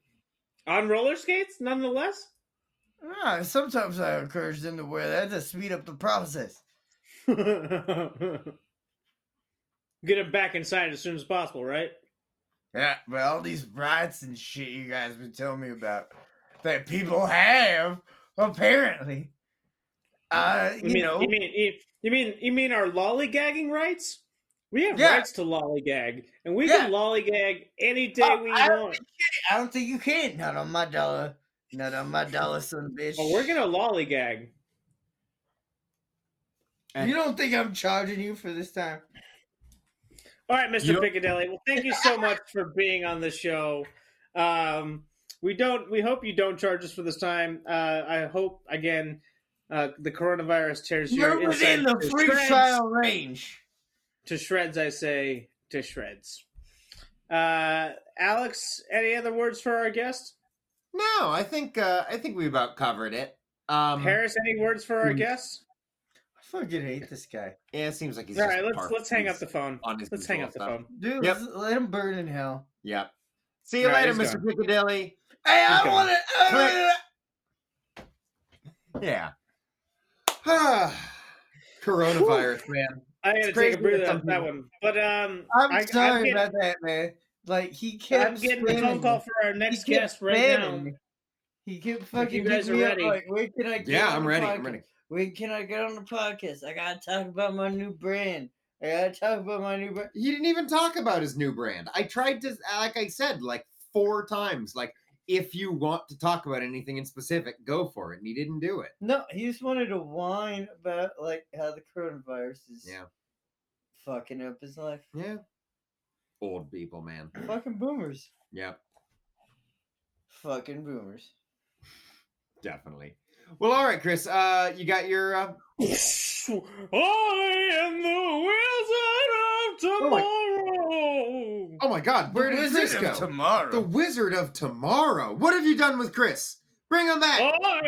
Speaker 3: on roller skates. Nonetheless, (laughs)
Speaker 1: Ah, sometimes I encourage them to wear that to speed up the process.
Speaker 3: get him back inside as soon as possible. Right?
Speaker 1: Yeah, but all these riots and shit you guys been telling me about that people have apparently. Uh, you,
Speaker 3: mean,
Speaker 1: know,
Speaker 3: you mean you, you mean you mean our lollygagging rights? We have
Speaker 1: Yeah.
Speaker 3: rights to lollygag, and we
Speaker 1: Yeah.
Speaker 3: can lollygag any day
Speaker 1: Oh,
Speaker 3: we
Speaker 1: I-
Speaker 3: want.
Speaker 1: I don't think you can. Not on my dollar. Not on my dollar, son, bitch.
Speaker 3: But we're gonna lollygag.
Speaker 1: You don't think I'm charging you for this time?
Speaker 3: All right, Mr.
Speaker 2: You don't-
Speaker 3: Piccadilly. Well, thank you so much for being on the show. Um, we don't. We hope you don't charge us for this time. Uh, I hope again uh, the coronavirus tears
Speaker 1: You're
Speaker 3: your
Speaker 1: within
Speaker 3: inside
Speaker 1: the
Speaker 3: to
Speaker 1: free
Speaker 3: shreds.
Speaker 1: trial range.
Speaker 3: To shreds, I say to shreds. Uh, Alex, any other words for our guest?
Speaker 2: No, I think uh, I think we about covered it. Um,
Speaker 3: Harris, any words for our
Speaker 1: Mm.
Speaker 3: guest?
Speaker 1: I fucking hate this guy.
Speaker 2: yeah, it seems like he's
Speaker 3: All
Speaker 2: just
Speaker 3: right, let's
Speaker 2: parked.
Speaker 3: let's hang up
Speaker 2: He's
Speaker 3: the phone.
Speaker 2: on his
Speaker 3: Let's hang
Speaker 2: usual
Speaker 3: up the
Speaker 2: stuff.
Speaker 3: phone.
Speaker 1: Dude,
Speaker 2: Yep.
Speaker 1: let him burn in hell.
Speaker 2: Yep. See you
Speaker 3: All right,
Speaker 2: later,
Speaker 3: he's
Speaker 2: Mister
Speaker 3: gone.
Speaker 2: Piccadilly.
Speaker 1: Hey, I
Speaker 3: Okay.
Speaker 1: want to. I
Speaker 2: Click. (sighs) Yeah. Coronavirus, man.
Speaker 3: I gotta take
Speaker 2: crazy
Speaker 3: a breather
Speaker 2: that
Speaker 3: on that
Speaker 2: something-
Speaker 3: one. But um,
Speaker 1: I'm
Speaker 3: I-
Speaker 1: sorry
Speaker 3: I'm getting,
Speaker 1: about that, man. Like he kept.
Speaker 3: I'm getting a phone
Speaker 1: spamming
Speaker 3: call
Speaker 1: me.
Speaker 3: for our next
Speaker 1: kept
Speaker 3: guest right
Speaker 1: spamming
Speaker 3: now. (laughs)
Speaker 1: me. He kept fucking.
Speaker 3: you guys
Speaker 1: hitting
Speaker 3: are
Speaker 1: me up,
Speaker 3: ready.
Speaker 1: like, when can I? Get
Speaker 2: Yeah,
Speaker 1: on
Speaker 2: I'm
Speaker 1: the
Speaker 2: ready. I'm
Speaker 1: podcast?
Speaker 2: ready.
Speaker 1: When can I get on the podcast? I gotta talk about my new brand. I gotta talk about my new brand.
Speaker 2: He didn't even talk about his new brand. I tried to, like I said, like four times. Like, if you want to talk about anything in specific, go for it. And he didn't do it.
Speaker 1: No, he just wanted to whine about like how the coronavirus is
Speaker 2: Yeah.
Speaker 1: fucking up his life.
Speaker 2: Yeah. Old people, man.
Speaker 1: fucking boomers.
Speaker 2: Yep.
Speaker 1: Fucking boomers.
Speaker 2: Definitely. Well, all right, Chris. Uh, you got your uh,
Speaker 3: I am the
Speaker 2: Oh
Speaker 3: wizard of
Speaker 2: my-
Speaker 3: tomorrow.
Speaker 2: Oh my God, where did Chris go?
Speaker 1: tomorrow?
Speaker 2: the Wizard of Tomorrow. What have you done with Chris? Bring him back.
Speaker 3: I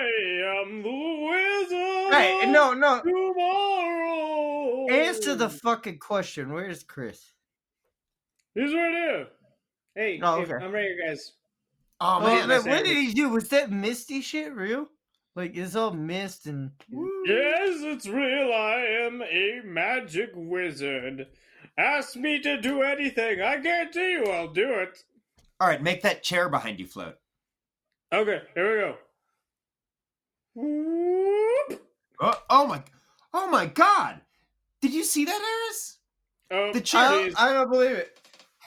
Speaker 3: am the wizard.
Speaker 1: Hey,
Speaker 3: of
Speaker 1: no, no.
Speaker 3: Tomorrow.
Speaker 1: Answer the fucking question. Where's Chris?
Speaker 3: He's right here. Hey,
Speaker 1: Oh,
Speaker 3: hey,
Speaker 1: okay.
Speaker 3: I'm right here, guys.
Speaker 2: Oh,
Speaker 1: Oh,
Speaker 2: man,
Speaker 1: man,
Speaker 2: that's
Speaker 1: what
Speaker 2: it.
Speaker 1: did he do? Was that misty shit real? Like it's all mist and
Speaker 3: Yes, it's real. I am a magic wizard. Ask me to do anything. I guarantee you I'll do it.
Speaker 2: All right, make that chair behind you float.
Speaker 3: Okay, here we go. Whoop.
Speaker 2: Oh, oh my, oh my God! Did you see that, Harris?
Speaker 3: Oh,
Speaker 2: The
Speaker 1: I
Speaker 2: chair,
Speaker 3: geez.
Speaker 1: don't, I don't believe it.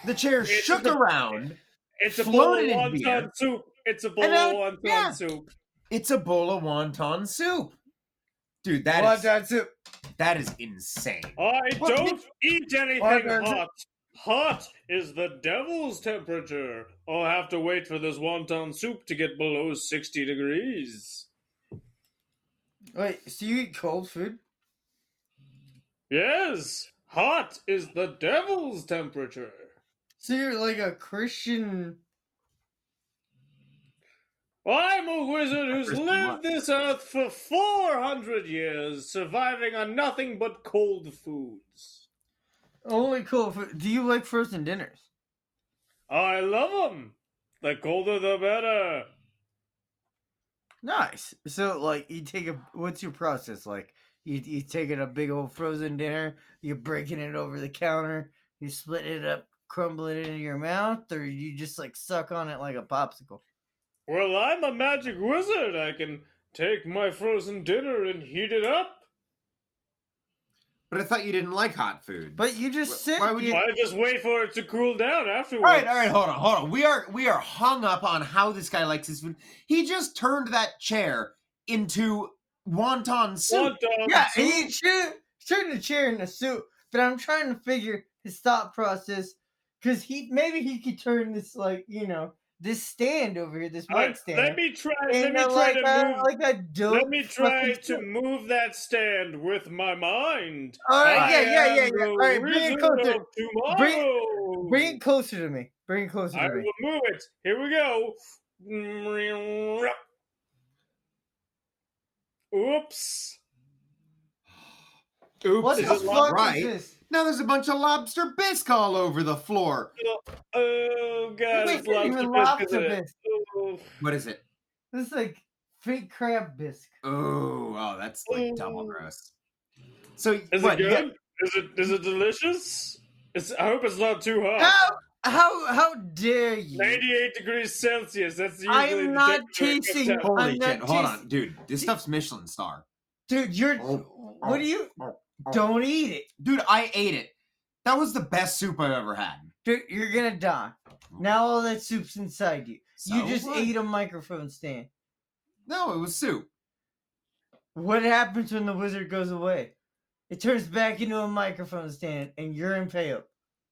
Speaker 2: the chair
Speaker 3: It's
Speaker 2: shook
Speaker 3: the-
Speaker 2: around.
Speaker 3: it's a bowl of
Speaker 2: floated in
Speaker 3: wonton
Speaker 2: beer.
Speaker 3: soup. It's a bowl of
Speaker 2: And I-
Speaker 3: wonton
Speaker 2: yeah.
Speaker 3: soup.
Speaker 2: It's a bowl of wonton soup, dude. That is
Speaker 1: Wonton soup.
Speaker 2: that is insane.
Speaker 3: I
Speaker 2: What
Speaker 3: don't eat
Speaker 1: Why
Speaker 3: anything
Speaker 1: don't you-
Speaker 3: hot. Hot is the devil's temperature. I'll have to wait for this wonton soup to get below 60 degrees.
Speaker 1: Wait, so you eat cold food?
Speaker 3: Yes, hot is the devil's temperature.
Speaker 1: So you're like a Christian
Speaker 3: I'm a wizard who's
Speaker 2: Christian
Speaker 3: lived this earth for 400 years, surviving on nothing but cold foods.
Speaker 1: only cold food. Do you like frozen dinners?
Speaker 3: I love them. The colder, the better.
Speaker 1: Nice. So, like, you take a. What's your process like? You you taking a big old frozen dinner, you breaking it over the counter, you split it up, crumbling it into your mouth, or you just like suck on it like a popsicle.
Speaker 3: Well, I'm a magic wizard. I can take my frozen dinner and heat it up.
Speaker 2: But I thought you didn't like hot food.
Speaker 1: But you just sit.
Speaker 2: why would
Speaker 1: you-
Speaker 2: you-
Speaker 3: I just wait for it to cool down afterwards.
Speaker 2: all right, all right, hold on, hold on. We are we are hung up on how this guy likes his food. He just turned that chair into wonton soup.
Speaker 3: What the-
Speaker 1: yeah, he shoot shooting a chair in a suit. But I'm trying to figure his thought process because he maybe he could turn this like you know this stand over here, this
Speaker 3: All right,
Speaker 1: mic stand.
Speaker 3: let me try. Let me
Speaker 1: into,
Speaker 3: try
Speaker 1: like,
Speaker 3: to
Speaker 2: uh,
Speaker 1: a,
Speaker 3: move.
Speaker 1: like a dope
Speaker 3: let me try
Speaker 1: fucking
Speaker 3: to
Speaker 1: suit.
Speaker 3: move that stand with my mind.
Speaker 1: All
Speaker 3: I
Speaker 1: right, yeah, yeah, yeah,
Speaker 3: am
Speaker 1: yeah.
Speaker 3: the
Speaker 1: All right, bring
Speaker 3: wizard
Speaker 1: it closer.
Speaker 3: of Tomorrow.
Speaker 1: Bring- Bring it closer to me. Bring it closer
Speaker 3: I
Speaker 1: to me.
Speaker 3: will move it. Here we go. Oops.
Speaker 2: Oops,
Speaker 1: What the
Speaker 2: is it
Speaker 1: fuck
Speaker 2: right?
Speaker 1: is this?
Speaker 2: Now there's a bunch of lobster bisque all over the floor.
Speaker 3: Oh god,
Speaker 1: Wait,
Speaker 3: it's
Speaker 1: you
Speaker 3: lobster
Speaker 1: even
Speaker 3: bisque,
Speaker 1: lobster
Speaker 3: isn't it?
Speaker 1: bisque.
Speaker 3: Oh,
Speaker 2: What is it?
Speaker 1: This is like fake crab bisque.
Speaker 2: Oh, oh, that's like double
Speaker 3: Mm.
Speaker 2: gross. So
Speaker 3: Is
Speaker 2: what,
Speaker 3: it
Speaker 2: you
Speaker 3: good?
Speaker 2: got-
Speaker 3: Is it is it delicious? It's, I hope it's not too hot.
Speaker 1: How how how dare you?
Speaker 3: 98 degrees Celsius. That's usually
Speaker 1: I'm
Speaker 3: the
Speaker 1: not
Speaker 3: temperature it comes
Speaker 1: tasting
Speaker 3: down.
Speaker 2: Holy
Speaker 1: I'm not
Speaker 2: shit! Hold
Speaker 1: taste-
Speaker 2: on, dude. This stuff's Michelin star.
Speaker 1: Dude, you're
Speaker 2: Oh,
Speaker 1: what do you don't eat it.
Speaker 2: Dude, I ate it. That was the best soup I've ever had.
Speaker 1: Dude, you're gonna die. Now all that soup's inside you. you
Speaker 2: So
Speaker 1: just
Speaker 2: what?
Speaker 1: ate a microphone stand.
Speaker 2: No, it was soup.
Speaker 1: What happens when the wizard goes away? It turns back into a microphone stand and you're impaled.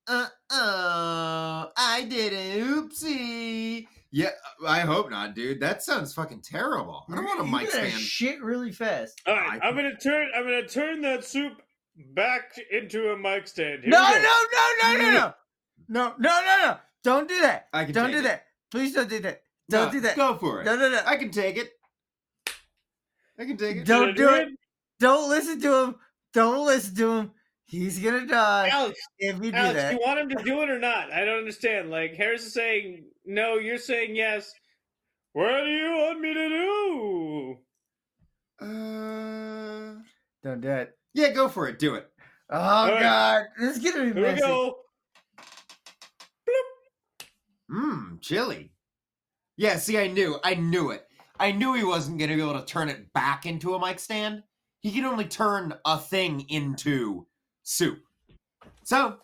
Speaker 2: Uh oh, I did it. Oopsie. Yeah, uh, I hope not, dude. That sounds fucking terrible. I don't want a
Speaker 1: You
Speaker 2: mic
Speaker 1: gotta
Speaker 2: stand.
Speaker 1: Shit really fast.
Speaker 3: All right,
Speaker 2: I-
Speaker 3: I'm gonna turn. I'm gonna turn that soup back into a mic stand. Here
Speaker 1: No, no,
Speaker 3: we go.
Speaker 1: no, no, no, no. No, no, no, no. Don't do that.
Speaker 2: I can
Speaker 1: Don't
Speaker 2: take
Speaker 1: do
Speaker 2: it.
Speaker 1: that. Please don't do that. Don't
Speaker 2: No,
Speaker 1: do that.
Speaker 2: Go for it.
Speaker 1: No, no, no.
Speaker 2: I can take it. I can take it.
Speaker 1: Don't
Speaker 3: Should I
Speaker 1: do it. Don't listen to him. Don't listen to him. He's gonna die
Speaker 3: Alex,
Speaker 1: if you do
Speaker 3: Alex,
Speaker 1: that.
Speaker 3: you want him to do it or not? I don't understand. Like Harris is saying no, you're saying yes. What do you want me to do?
Speaker 2: Uh,
Speaker 1: Don't do it.
Speaker 2: yeah, go for it. Do it.
Speaker 1: Oh
Speaker 3: right.
Speaker 1: god, this is gonna be
Speaker 3: Here we
Speaker 1: messy.
Speaker 3: go.
Speaker 2: Mmm, chili. Yeah, see, I knew. I knew it. I knew he wasn't going to be able to turn it back into a mic stand. He can only turn a thing into soup. So,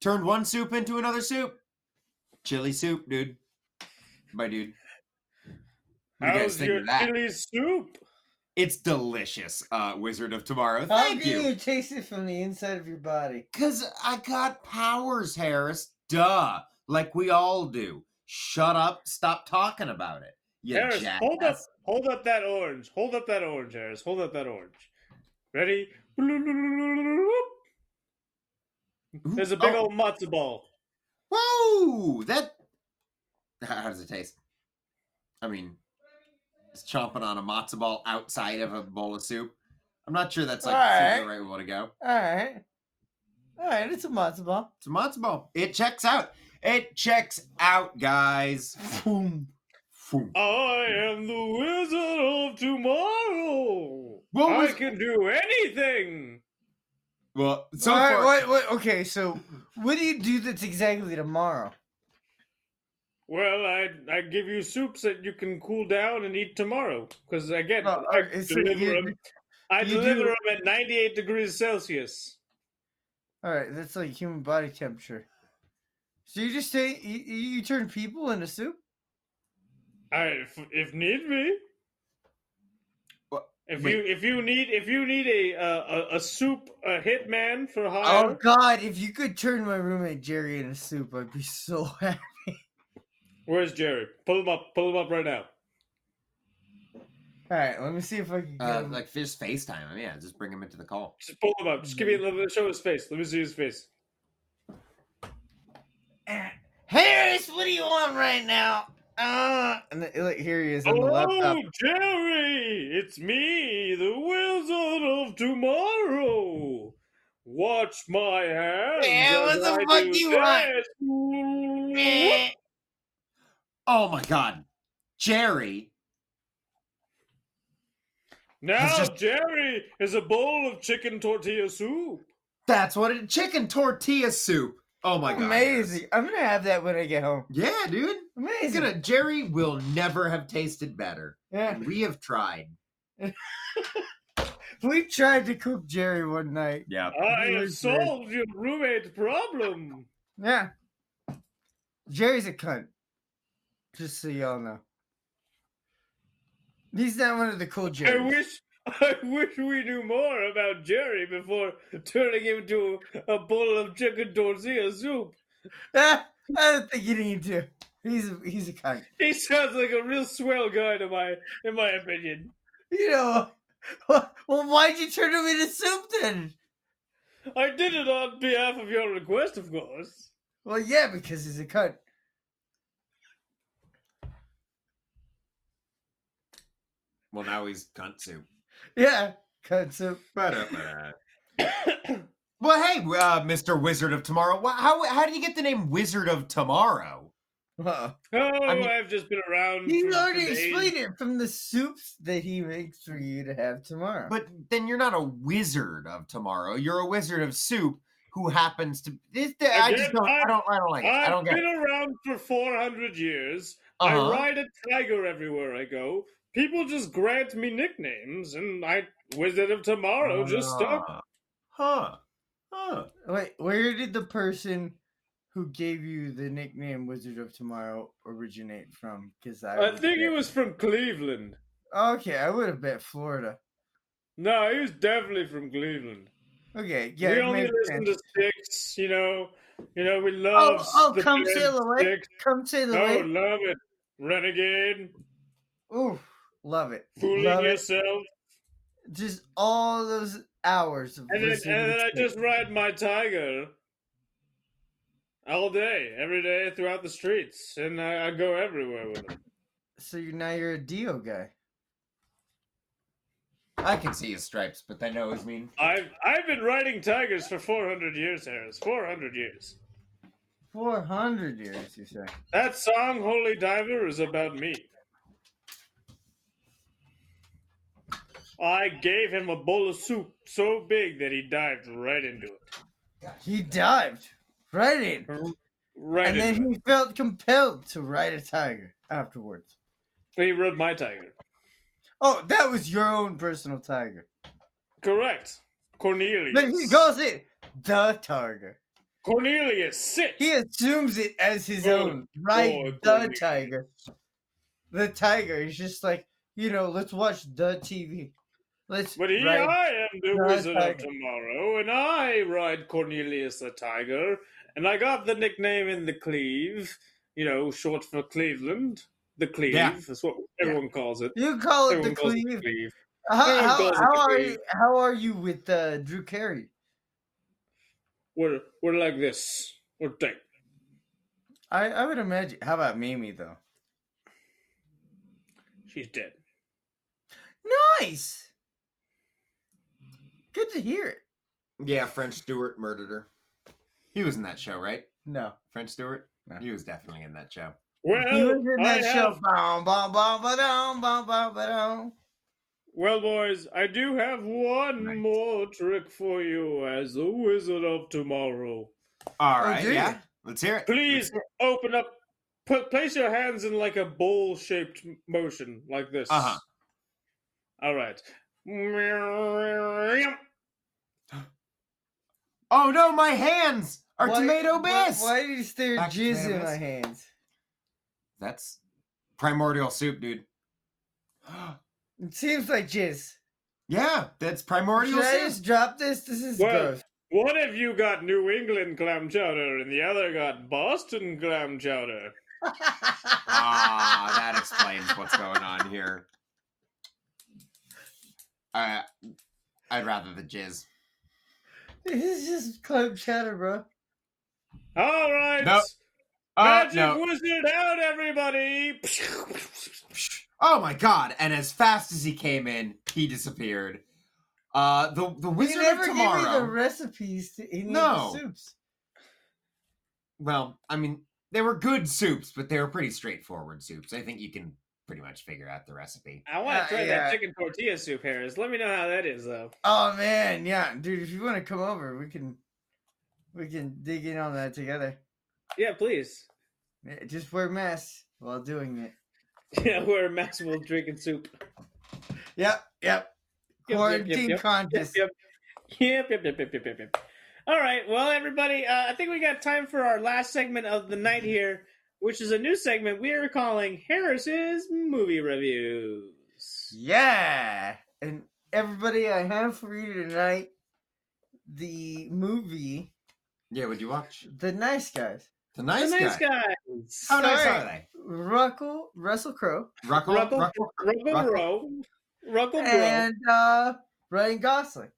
Speaker 2: turned one soup into another soup. Chili soup, dude. My dude. What do you guys
Speaker 3: How's
Speaker 2: think
Speaker 3: your
Speaker 2: of that?
Speaker 3: chili soup?
Speaker 2: It's delicious, uh, Wizard of Tomorrow.
Speaker 1: How
Speaker 2: Thank
Speaker 1: can
Speaker 2: you.
Speaker 1: you taste it from the inside of your body?
Speaker 2: Because I got powers, Harris. Duh. Like we all do. Shut up. Stop talking about it. You
Speaker 3: Harris, hold up,
Speaker 2: jackass.
Speaker 3: hold up that orange. Hold up that orange, Harris. Hold up that orange. Ready?
Speaker 2: Ooh,
Speaker 3: There's a big
Speaker 2: oh,
Speaker 3: old matzo ball.
Speaker 2: Whoa! That. (laughs) How how does it taste? I mean, it's chomping on a matzo ball outside of a bowl of soup. I'm not sure that's like the right way to go.
Speaker 1: Alright. Alright, it's a matzo ball.
Speaker 2: It's a matzo ball. It checks out. It checks out, guys.
Speaker 1: Boom.
Speaker 2: Phoom.
Speaker 3: I am the wizard of tomorrow.
Speaker 2: What
Speaker 3: I
Speaker 2: was-
Speaker 3: can do anything.
Speaker 2: Well, so
Speaker 1: All right, wait,
Speaker 2: far,
Speaker 1: wait, okay, so what do you do that's exactly tomorrow?
Speaker 3: Well, I I give you soups that you can cool down and eat tomorrow. Because again,
Speaker 1: Oh,
Speaker 3: I
Speaker 1: alright, so
Speaker 3: deliver
Speaker 1: you-
Speaker 3: them. I
Speaker 1: you
Speaker 3: deliver
Speaker 1: do-
Speaker 3: them at 98 degrees Celsius.
Speaker 1: All right, that's like human body temperature. So you just say you, you you turn people into soup?
Speaker 3: I, if, if need be.
Speaker 2: What?
Speaker 3: If
Speaker 2: Wait.
Speaker 3: you if you need if you need a uh, a, a soup a hitman for hire,
Speaker 1: Oh God! If you could turn my roommate Jerry into soup, I'd be so (laughs) happy.
Speaker 3: where's Jerry? Pull him up, pull him up right now.
Speaker 1: All right, let me see if I can. Get
Speaker 2: uh,
Speaker 1: him.
Speaker 2: like just FaceTime him. Yeah, just bring him into the call.
Speaker 3: Just pull him up. Just give
Speaker 1: Mm.
Speaker 3: me a little bit. Show his face. Let me see his face.
Speaker 1: "Eh, Harris, what do you want right now? Uh, and then, like here he is on the laptop.
Speaker 3: Oh, Jerry! It's me, the Wizard of Tomorrow! Watch my hands!
Speaker 1: Yeah, what
Speaker 3: as
Speaker 1: the
Speaker 3: I
Speaker 1: fuck
Speaker 3: do
Speaker 1: you want?
Speaker 3: this.
Speaker 2: Oh my god. Jerry.
Speaker 3: Now
Speaker 2: just-
Speaker 3: Jerry is a bowl of chicken tortilla soup.
Speaker 2: That's what it chicken tortilla soup. Oh my god.
Speaker 1: Amazing. I'm gonna have that when I get home.
Speaker 2: Yeah, dude. He's
Speaker 1: Amazing.
Speaker 2: gonna Jerry will never have tasted better.
Speaker 1: Yeah.
Speaker 2: And we have tried.
Speaker 1: We tried to cook Jerry one night.
Speaker 2: Yeah.
Speaker 3: I have
Speaker 1: Really
Speaker 3: solved your roommate problem.
Speaker 1: Yeah. Jerry's a cunt. Just so y'all know. He's not one of the cool
Speaker 3: I
Speaker 1: Jerry's.
Speaker 3: wish I wish we knew more about Jerry before turning him into a bowl of chicken tortilla soup.
Speaker 1: Ah, (laughs) I don't think you need to. He's a, he's a cunt.
Speaker 3: He sounds like a real swell guy to my in my opinion.
Speaker 1: You know. (laughs) Well, why'd you turn him into soup then?
Speaker 3: I did it on behalf of your request, of course.
Speaker 1: Well, yeah, because he's a cunt.
Speaker 2: Well now he's cunt soup.
Speaker 1: Yeah, cunt soup.
Speaker 2: Ba-da-ba-da. (coughs) well, hey, uh, Mr. Wizard of Tomorrow. Wha how how do you get the name Wizard of Tomorrow?
Speaker 1: Wow.
Speaker 3: Oh, I
Speaker 2: mean-
Speaker 3: have just been around.
Speaker 1: He's
Speaker 3: for
Speaker 1: already
Speaker 3: days.
Speaker 1: explained it from the soups that he makes for you to have tomorrow.
Speaker 2: But then you're not a wizard of tomorrow. You're a wizard of soup who happens to. This, the, I
Speaker 3: Again,
Speaker 2: just don't. I,
Speaker 3: I-
Speaker 2: don't. I don't like it. I
Speaker 3: I've
Speaker 2: don't get.
Speaker 3: been
Speaker 2: It.
Speaker 3: around for 400 years. I
Speaker 2: Uh-huh.
Speaker 3: ride a tiger everywhere I go. People just grant me nicknames, and I Wizard of
Speaker 1: Oh,
Speaker 3: Tomorrow just stuck.
Speaker 2: Uh, Huh. Huh.
Speaker 1: Wait, where did the person who gave you the nickname Wizard of Tomorrow originate from? Because I,
Speaker 3: I
Speaker 1: would
Speaker 3: think it
Speaker 1: bet-
Speaker 3: was from Cleveland.
Speaker 1: okay. I would have bet Florida.
Speaker 3: No, he was definitely from Cleveland.
Speaker 1: Okay, yeah.
Speaker 3: we
Speaker 1: it
Speaker 3: only
Speaker 1: makes
Speaker 3: listen
Speaker 1: sense.
Speaker 3: to Sticks, you know. You know, we love.
Speaker 1: Oh, oh,
Speaker 3: the
Speaker 1: come
Speaker 3: band
Speaker 1: sail away!
Speaker 3: Styx.
Speaker 1: Come sail
Speaker 3: No,
Speaker 1: away!
Speaker 3: love it. Renegade,
Speaker 1: Ooh, love it,
Speaker 3: fooling
Speaker 1: love it.
Speaker 3: yourself.
Speaker 1: Just all those hours of
Speaker 3: And then,
Speaker 1: listening
Speaker 3: and then
Speaker 1: to
Speaker 3: I
Speaker 1: it.
Speaker 3: just ride my tiger all day, every day throughout the streets, and I, I go everywhere with him.
Speaker 1: so you now you're a Dio guy.
Speaker 2: I can see his stripes, but they know his mean.
Speaker 3: I've I've been riding tigers for 400 years, Harris. 400 years.
Speaker 1: Four hundred years, you say?
Speaker 3: That song, Holy Diver, is about me. I gave him a bowl of soup so big that he dived right into it.
Speaker 1: He dived right in,
Speaker 3: Right
Speaker 1: and
Speaker 3: into
Speaker 1: then
Speaker 3: it.
Speaker 1: he felt compelled to ride a tiger afterwards.
Speaker 3: He rode my tiger.
Speaker 1: Oh, that was your own personal tiger.
Speaker 3: Correct. Cornelius.
Speaker 1: But he calls it the tiger.
Speaker 3: Cornelius, sit.
Speaker 1: He assumes it as his
Speaker 3: Good
Speaker 1: own, right?
Speaker 3: Lord,
Speaker 1: the
Speaker 3: Cornelius.
Speaker 1: tiger. The tiger is just like, you know, let's watch the TV. Let's
Speaker 3: But here
Speaker 1: ride-
Speaker 3: I am the
Speaker 1: No, it's
Speaker 3: Wizard of
Speaker 1: tiger.
Speaker 3: Tomorrow, and I ride Cornelius the Tiger, and I got the nickname in the Cleve, you know, short for Cleveland. The Cleve,
Speaker 2: Yeah.
Speaker 3: that's what everyone calls it.
Speaker 1: You call it
Speaker 3: Everyone
Speaker 1: Oh, the
Speaker 3: calls it
Speaker 1: cleave.
Speaker 3: Cleve.
Speaker 1: How,
Speaker 3: Everyone
Speaker 1: how,
Speaker 3: calls it
Speaker 1: how
Speaker 3: the
Speaker 1: are
Speaker 3: Cleve.
Speaker 1: you? How are you with uh, Drew Carey?
Speaker 3: We're, we're like this. We're tight.
Speaker 1: I, I would imagine. How about Mimi though?
Speaker 3: She's dead.
Speaker 1: Nice. Good to hear it.
Speaker 2: Yeah, French Stewart murdered her. He was in that show, right?
Speaker 1: No,
Speaker 2: French Stewart.
Speaker 1: No.
Speaker 2: He was definitely in that show.
Speaker 1: he
Speaker 3: Well,
Speaker 1: was in
Speaker 3: I
Speaker 1: that show.
Speaker 3: have-
Speaker 1: Bom, bom, bom, ba-dum, bom, bom, ba-dum.
Speaker 3: well, boys, I do have one
Speaker 2: Nice.
Speaker 3: more trick for you as the Wizard of Tomorrow.
Speaker 2: All
Speaker 1: Oh,
Speaker 2: right.
Speaker 1: do
Speaker 2: yeah.
Speaker 1: you?
Speaker 2: Let's hear it.
Speaker 3: Please open up. Put place your hands in like a bowl shaped motion, like this.
Speaker 2: Uh-huh.
Speaker 3: All right. Because
Speaker 2: Oh no, my hands are
Speaker 1: Why-
Speaker 2: tomato
Speaker 1: why-
Speaker 2: based.
Speaker 1: Why did you stare
Speaker 2: Back to
Speaker 1: jizz
Speaker 2: tomato
Speaker 1: in my
Speaker 2: based.
Speaker 1: hands?
Speaker 2: That's primordial soup, dude. (gasps)
Speaker 1: It seems like jizz.
Speaker 2: Yeah, that's
Speaker 1: Should
Speaker 2: primordial
Speaker 1: I
Speaker 2: soup. (laughs)
Speaker 1: just drop this? This is
Speaker 3: Well-
Speaker 1: (laughs) gross.
Speaker 3: one of you got New England clam chowder, and the other got Boston clam chowder.
Speaker 2: Ah, that explains what's going on here. Uh, I'd rather the jizz.
Speaker 1: This is just club chatter, bro.
Speaker 3: All right.
Speaker 2: No. Uh,
Speaker 3: Magic
Speaker 2: no.
Speaker 3: wizard out, everybody.
Speaker 2: Oh my god! And as fast as he came in, he disappeared. Uh, the the
Speaker 1: We
Speaker 2: Wizard
Speaker 1: never
Speaker 2: of
Speaker 1: give me
Speaker 2: Tomorrow.
Speaker 1: the recipes to any
Speaker 2: No.
Speaker 1: of the soups.
Speaker 2: well, I mean, They were good soups, but they were pretty straightforward soups. I think you can pretty much figure out the recipe.
Speaker 3: I want
Speaker 1: Uh,
Speaker 3: to try
Speaker 1: yeah.
Speaker 3: that chicken tortilla soup, Harris. Let me know how that is, though.
Speaker 1: Oh man, yeah, dude. If you want to come over, we can we can dig in on that together.
Speaker 3: Yeah, please. (laughs)
Speaker 1: Eh, Just wear masks while doing it.
Speaker 3: Yeah, wear a mask while drinking soup.
Speaker 1: Yep, yep.
Speaker 3: yep,
Speaker 1: Quarantine
Speaker 3: yep. Yep,
Speaker 1: contest.
Speaker 3: yep, yep, yep, yep, yep, yep, yep, yep. All right, well, everybody, uh, I think we got time for our last segment of the night here, which is a new segment we are calling Harris's Movie Reviews.
Speaker 1: Yeah. And everybody, I have for you tonight the movie
Speaker 2: Yeah, would you watch
Speaker 1: The Nice Guys.
Speaker 2: the
Speaker 3: The
Speaker 2: nice,
Speaker 3: nice
Speaker 2: guy?
Speaker 3: guys.
Speaker 2: How nice
Speaker 1: Sorry.
Speaker 2: are they?
Speaker 1: Ruckle, Russell Crowe,
Speaker 2: Ruckle,
Speaker 3: Ruckle,
Speaker 2: Ruckle,
Speaker 3: Ruckle
Speaker 2: Ruckle.
Speaker 3: Bro. Ruckle Bro.
Speaker 1: Oh, and uh, Ryan Gosling.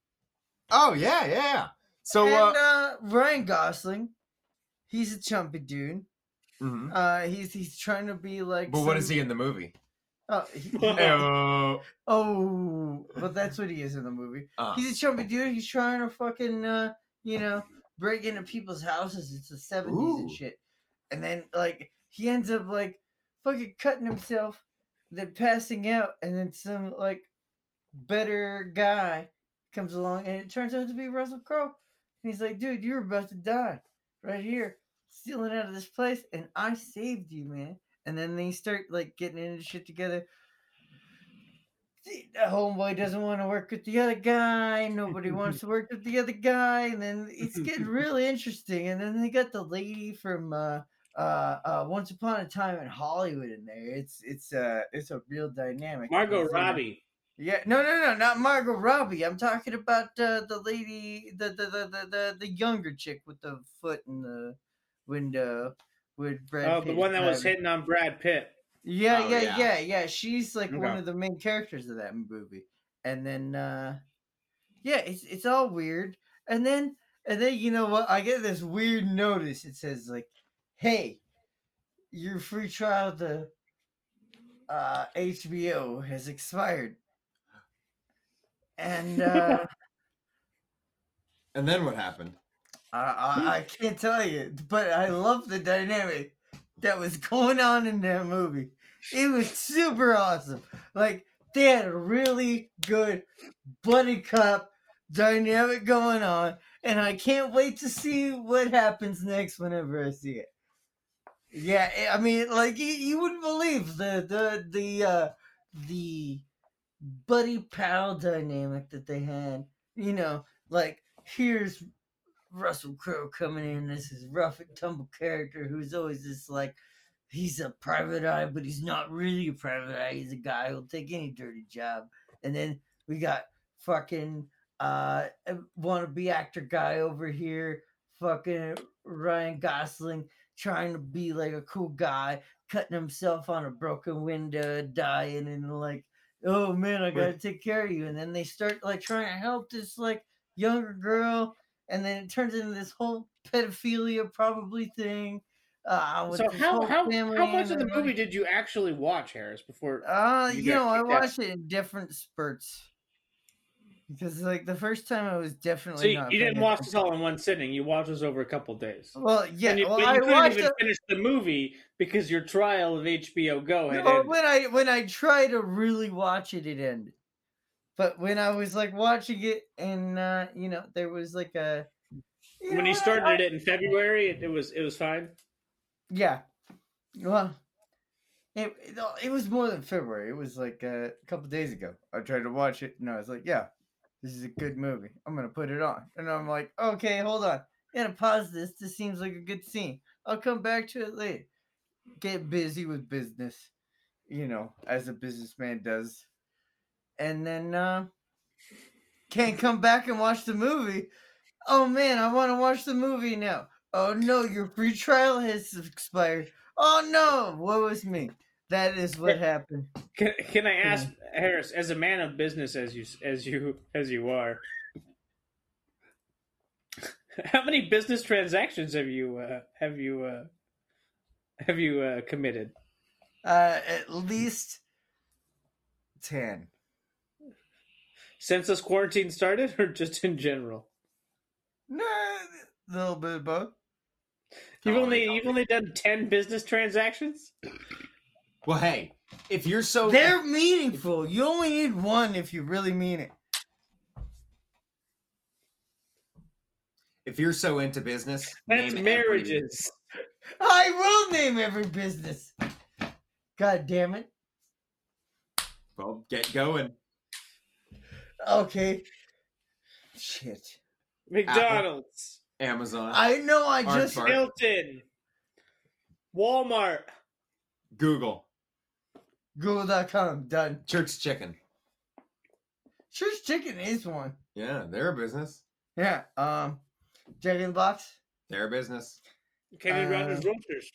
Speaker 2: Oh yeah, yeah. So
Speaker 1: and
Speaker 2: uh,
Speaker 1: uh, Ryan Gosling, he's a chumpy dude.
Speaker 2: mhm.
Speaker 1: Uh, he's he's trying to be like.
Speaker 2: but what
Speaker 1: some-
Speaker 2: is he in the movie?
Speaker 1: Oh, he-
Speaker 2: (laughs) Oh,
Speaker 1: oh, well, that's what he is in the movie.
Speaker 2: uh,
Speaker 1: He's a chumpy dude. He's trying to fucking, uh, you know, break into people's houses. It's the seventies and
Speaker 2: Ooh.
Speaker 1: shit. And then like he ends up like fucking cutting himself, then passing out, and then some like better guy comes along, and it turns out to be Russell Crowe. And he's like, dude, you're about to die right here, stealing out of this place, and I saved you, man. And then they start like getting into shit together. The homeboy doesn't want to work with the other guy. Nobody wants to work with the other guy, and then it's
Speaker 3: (laughs)
Speaker 1: getting really interesting. And then they got the lady from uh, uh, uh, Once Upon a Time in Hollywood in there. It's it's uh, it's a real dynamic.
Speaker 3: Margot
Speaker 1: It's, uh,
Speaker 3: Robbie.
Speaker 1: yeah, no, no, no, not Margot Robbie. I'm talking about uh, the lady, the the, the the the the younger chick with the foot in the window with Brad.
Speaker 3: Oh, the
Speaker 1: Pitt
Speaker 3: one that was
Speaker 1: driving.
Speaker 3: hitting on Brad Pitt.
Speaker 1: Yeah,
Speaker 2: Oh,
Speaker 1: yeah, yeah,
Speaker 2: yeah.
Speaker 1: yeah, She's like one
Speaker 3: Okay.
Speaker 1: of the main characters of that movie. And then, uh yeah, it's it's all weird. And then, and then you know what? I get this weird notice. It says like, "Hey, your free trial to uh HBO has expired." And uh
Speaker 2: and then what happened?
Speaker 1: I, I, I can't tell you, but I love the dynamic that was going on in that movie. It was super awesome. Like they had a really good buddy cop dynamic going on, and I can't wait to see what happens next whenever I see it. Yeah, eh, I I mean, like you, you wouldn't believe the the the uh, the buddy pal dynamic that they had. You know, like here's Russell Crowe coming in. This is rough and tumble character who's always just like, he's a private eye, but he's not really a private eye. He's a guy who'll take any dirty job. And then we got fucking uh wannabe actor guy over here, fucking Ryan Gosling trying to be like a cool guy, cutting himself on a broken window, dying, and like, oh man, I gotta take care of you. And then they start like trying to help this like younger girl and then it turns into this whole pedophilia probably thing. Uh, with
Speaker 3: So
Speaker 1: this
Speaker 3: how
Speaker 1: whole
Speaker 3: how,
Speaker 1: family
Speaker 3: how much of
Speaker 1: and
Speaker 3: the
Speaker 1: everything.
Speaker 3: movie did you actually watch, Harris? Before
Speaker 1: Uh,
Speaker 3: you
Speaker 1: you
Speaker 3: got
Speaker 1: know, I
Speaker 3: kicked out?
Speaker 1: watched it in different spurts because, like, the first time I was definitely
Speaker 3: so you,
Speaker 1: not Oh,
Speaker 3: you
Speaker 1: paying
Speaker 3: didn't watch this
Speaker 1: attention.
Speaker 3: all in one sitting. You watched this over a couple days.
Speaker 1: Well, yeah,
Speaker 3: And you,
Speaker 1: well,
Speaker 3: but you
Speaker 1: I
Speaker 3: couldn't
Speaker 1: watched
Speaker 3: even
Speaker 1: it.
Speaker 3: finish the movie because your trial of HBO Go had
Speaker 1: No,
Speaker 3: ended.
Speaker 1: when I when I tried to really watch it, it ended. But when I was like watching it, and uh, you know, there was like a
Speaker 3: when
Speaker 1: know
Speaker 3: you
Speaker 1: what,
Speaker 3: started
Speaker 1: I-
Speaker 3: it in February, it, it was it was fine.
Speaker 1: Yeah. Well, it it- no, it was more than February. It was like uh, a couple days ago. I tried to watch it, and I was like, "Yeah, this is a good movie. I'm gonna put it on." And I'm like, "Okay, hold on. I'm gonna pause this. This seems like a good scene. I'll come back to it later." Get busy with business, you know, as a businessman does, and then uh, can't come back and watch the movie. Oh man, I want to watch the movie now. Oh no, your free trial has expired. Oh no, what was me? That is what happened.
Speaker 3: Can, can I ask
Speaker 1: Mm-hmm.
Speaker 3: Harris, as a man of business as you as you as you are, how many business transactions have you uh, have you uh, have you uh, committed?
Speaker 1: Uh, at least ten.
Speaker 3: Since this quarantine started, or just in general?
Speaker 1: No, a little bit of both.
Speaker 3: You've
Speaker 2: Oh,
Speaker 3: only
Speaker 2: yeah.
Speaker 3: you've only done ten business transactions.
Speaker 2: Well, hey, if you're so
Speaker 1: They're meaningful. You only need one if you really mean it.
Speaker 2: if you're so into business,
Speaker 3: That's
Speaker 2: name every-
Speaker 3: marriages.
Speaker 1: I will name every business. God damn it.
Speaker 2: Well, get going.
Speaker 1: Okay. Shit.
Speaker 3: McDonald's,
Speaker 2: Amazon,
Speaker 1: I know I
Speaker 2: Aren't
Speaker 1: just
Speaker 2: bar-
Speaker 3: Hilton, Walmart.
Speaker 2: Google,
Speaker 1: Google.com done.
Speaker 2: Church Chicken.
Speaker 1: Church Chicken is one.
Speaker 2: Yeah, they're a business.
Speaker 1: Yeah. Um Jack in the Box.
Speaker 2: They're a business.
Speaker 3: Kenny
Speaker 1: Uh,
Speaker 3: Rogers Roasters.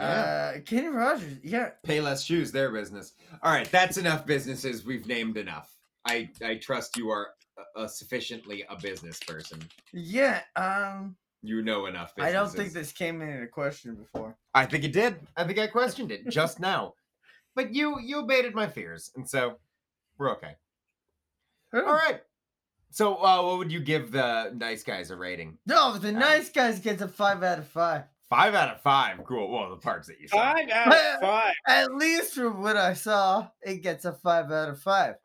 Speaker 2: Yeah.
Speaker 1: Uh Kenny Rogers. Yeah.
Speaker 2: Payless Shoes, their business. All right, that's enough businesses. We've named enough. I I trust you are uh, sufficiently a business person.
Speaker 1: Yeah. Um
Speaker 2: You know enough.
Speaker 1: I
Speaker 2: Businesses.
Speaker 1: don't think this came into question before.
Speaker 2: I think it did. I think I questioned
Speaker 1: (laughs)
Speaker 2: it just now, but you you abated my fears, and so we're okay. All right. So, uh, what would you give the nice guys a rating?
Speaker 1: No,
Speaker 2: Uh,
Speaker 1: the nice guys gets a five out of five.
Speaker 2: Five out of five. Cool. Well, the parts that you saw.
Speaker 3: Five out of five.
Speaker 1: At least from what I saw, it gets a five out of five.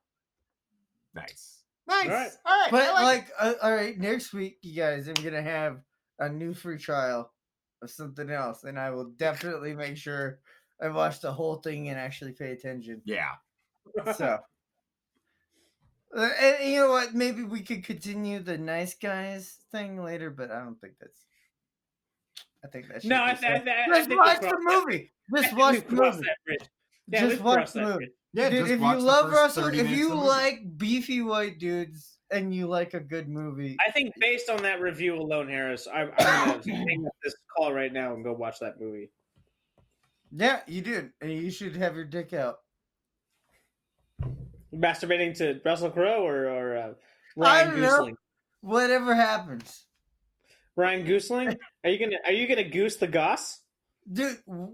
Speaker 2: Nice. Nice. All right.
Speaker 3: right.
Speaker 2: I
Speaker 1: But
Speaker 2: like it.
Speaker 1: like, uh, all right, next week, you guys, I'm gonna have a new free trial of something else, and I will definitely make sure I watch the whole thing and actually pay attention.
Speaker 2: yeah.
Speaker 3: (laughs)
Speaker 1: So, Uh, and you know what? Maybe we could continue the nice guys thing later, but I don't think that's. I think that's.
Speaker 3: No, I, th- I, th- I
Speaker 1: Let's
Speaker 3: think we
Speaker 1: watch
Speaker 3: crossed
Speaker 1: the
Speaker 3: that- (laughs)
Speaker 1: movie.
Speaker 3: I
Speaker 1: Just
Speaker 3: think
Speaker 1: watch
Speaker 3: we
Speaker 1: the
Speaker 3: crossed
Speaker 1: movie.
Speaker 3: that bridge. Yeah,
Speaker 1: Just
Speaker 3: let's
Speaker 1: watch
Speaker 3: cross
Speaker 1: the
Speaker 3: that
Speaker 1: movie.
Speaker 3: bridge.
Speaker 2: Yeah.
Speaker 1: Dude,
Speaker 2: just
Speaker 1: if
Speaker 2: watch
Speaker 1: you
Speaker 2: the
Speaker 1: love
Speaker 2: first
Speaker 1: Russell,
Speaker 2: 30
Speaker 1: if
Speaker 2: minutes
Speaker 1: you
Speaker 2: of the movie.
Speaker 1: like beefy white dudes and you like a good movie,
Speaker 3: I think based on that review alone, Harris, I'm, I'm
Speaker 1: (coughs)
Speaker 3: gonna hang up this call right now and go watch that movie.
Speaker 1: yeah, you did, and you should have your dick out.
Speaker 3: Masturbating to Russell Crowe or or uh,
Speaker 1: I
Speaker 3: Ryan
Speaker 1: don't know.
Speaker 3: Goosling.
Speaker 1: Whatever happens,
Speaker 3: Ryan Goosling, are you gonna are you gonna goose the goss?
Speaker 1: dude, w-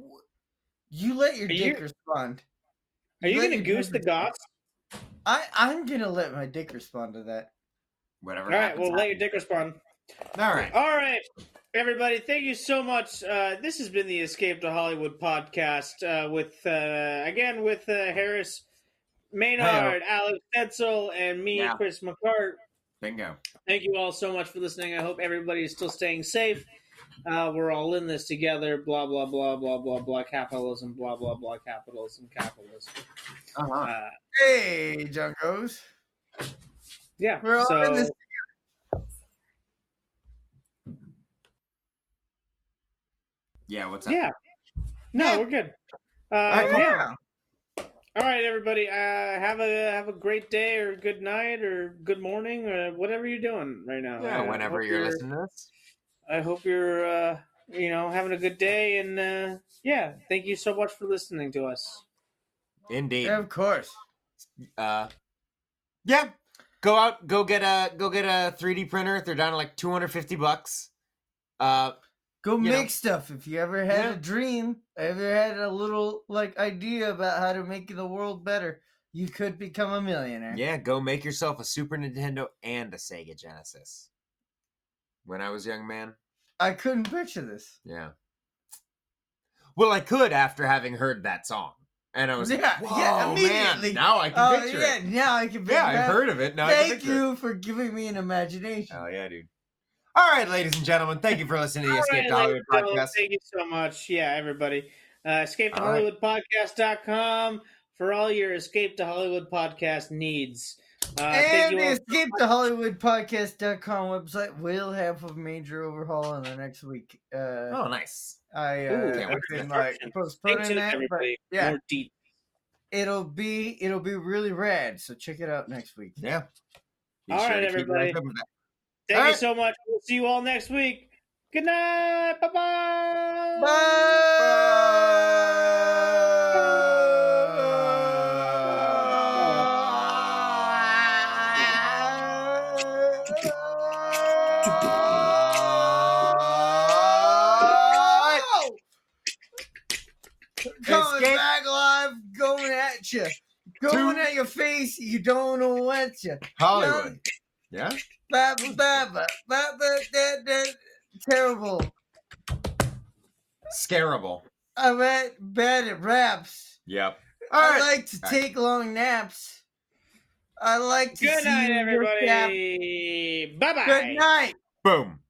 Speaker 1: you let your
Speaker 3: Are you-
Speaker 1: dick respond.
Speaker 3: Are you
Speaker 1: let
Speaker 3: gonna
Speaker 1: your
Speaker 3: goose
Speaker 1: dick
Speaker 3: the
Speaker 1: respond.
Speaker 3: goss?
Speaker 1: I I'm gonna let my dick respond to that.
Speaker 2: Whatever.
Speaker 3: All right, well, Oh. let your dick respond.
Speaker 2: All right.
Speaker 3: All right, everybody, thank you so much. Uh, this has been the Escape to Hollywood podcast uh, with uh, again with uh, Harris Maynard, Alex Tetzel, and me,
Speaker 2: Yeah.
Speaker 3: Chris McCart.
Speaker 2: Bingo.
Speaker 3: Thank you all so much for listening. I hope everybody is still staying safe. Uh, we're all in this together. Blah blah blah blah blah blah. Capitalism. Blah blah blah. Capitalism. Capitalism.
Speaker 2: Uh-huh.
Speaker 3: Uh,
Speaker 1: Hey, Junkos,
Speaker 3: yeah.
Speaker 1: we're all
Speaker 3: so,
Speaker 1: in this.
Speaker 2: Yeah. What's up?
Speaker 3: Yeah. No,
Speaker 1: Yeah.
Speaker 3: we're good. Uh,
Speaker 1: Alright, come
Speaker 3: yeah.
Speaker 1: on.
Speaker 3: All right, everybody. Uh, have a have a great day, or good night, or good morning, or whatever you're doing right now.
Speaker 2: Yeah.
Speaker 3: I
Speaker 2: whenever
Speaker 3: hope
Speaker 2: you're, listening to this.
Speaker 3: I hope you're uh, you know having a good day, and uh, yeah, thank you so much for listening to us.
Speaker 2: Indeed.
Speaker 1: Of course.
Speaker 2: Uh, yeah. Go out. Go get a. Go get a 3D printer. They're down to like 250 bucks. Uh,
Speaker 1: Go
Speaker 2: You know.
Speaker 1: make stuff. If you ever had
Speaker 2: Yeah.
Speaker 1: a dream, ever had a little like idea about how to make the world better, you could become a millionaire.
Speaker 2: yeah. Go make yourself a Super Nintendo and a Sega Genesis. When I was a young man.
Speaker 1: I couldn't picture this.
Speaker 2: Yeah. Well, I could after having heard that song, and I was like,
Speaker 1: Yeah,
Speaker 2: "Whoa,
Speaker 1: yeah, immediately.
Speaker 2: man! Now I can
Speaker 1: Oh
Speaker 2: picture
Speaker 1: yeah,
Speaker 2: it.
Speaker 1: now I can picture
Speaker 2: Yeah, I've
Speaker 1: that.
Speaker 2: heard of it. Now I can
Speaker 1: Thank
Speaker 2: picture
Speaker 1: you for giving me an
Speaker 2: It.
Speaker 1: imagination.
Speaker 2: Oh yeah, dude. All right, ladies and gentlemen, thank you for listening to the
Speaker 3: All
Speaker 2: Escape
Speaker 3: right,
Speaker 2: to Hollywood
Speaker 3: ladies and gentlemen,
Speaker 2: podcast.
Speaker 3: Thank you so much. Yeah, everybody. Uh, escape to
Speaker 2: All right.
Speaker 3: Hollywood Podcast.com for all your Escape to Hollywood podcast needs. Uh, thank
Speaker 1: and
Speaker 3: you
Speaker 1: the
Speaker 3: all. (laughs)
Speaker 1: escape to hollywoodpodcast.com website will have a major overhaul in the next week. Uh,
Speaker 2: Oh, nice.
Speaker 1: I uh,
Speaker 3: Ooh,
Speaker 1: have
Speaker 2: what's
Speaker 1: been
Speaker 3: the
Speaker 1: like
Speaker 3: description? Stay
Speaker 1: postponing
Speaker 3: tuned,
Speaker 1: that, but
Speaker 3: everybody.
Speaker 1: yeah.
Speaker 3: More deep.
Speaker 1: it'll be it'll be really rad. So check it out next week.
Speaker 2: Yeah. Be
Speaker 3: All right,
Speaker 2: to keep it on
Speaker 3: everybody.
Speaker 2: top of that.
Speaker 3: Thank
Speaker 2: All
Speaker 3: you
Speaker 2: right.
Speaker 3: so much. We'll see you all next week. Good night. Bye bye.
Speaker 1: Oh! Coming
Speaker 2: Escape-
Speaker 1: back live, going at you, going
Speaker 2: To-
Speaker 1: at your face. You don't know what you.
Speaker 2: Hollywood. Yeah.
Speaker 1: Ba- ba- ba- ba- ba- da- da- Terrible.
Speaker 2: Scarable.
Speaker 1: I'm at bad at raps.
Speaker 2: Yep.
Speaker 1: I
Speaker 4: All right.
Speaker 1: like to
Speaker 2: All right.
Speaker 1: take long naps. I like to
Speaker 3: Good
Speaker 1: see
Speaker 3: night,
Speaker 1: you work out.
Speaker 3: everybody. Bye bye.
Speaker 1: Good night.
Speaker 2: Boom.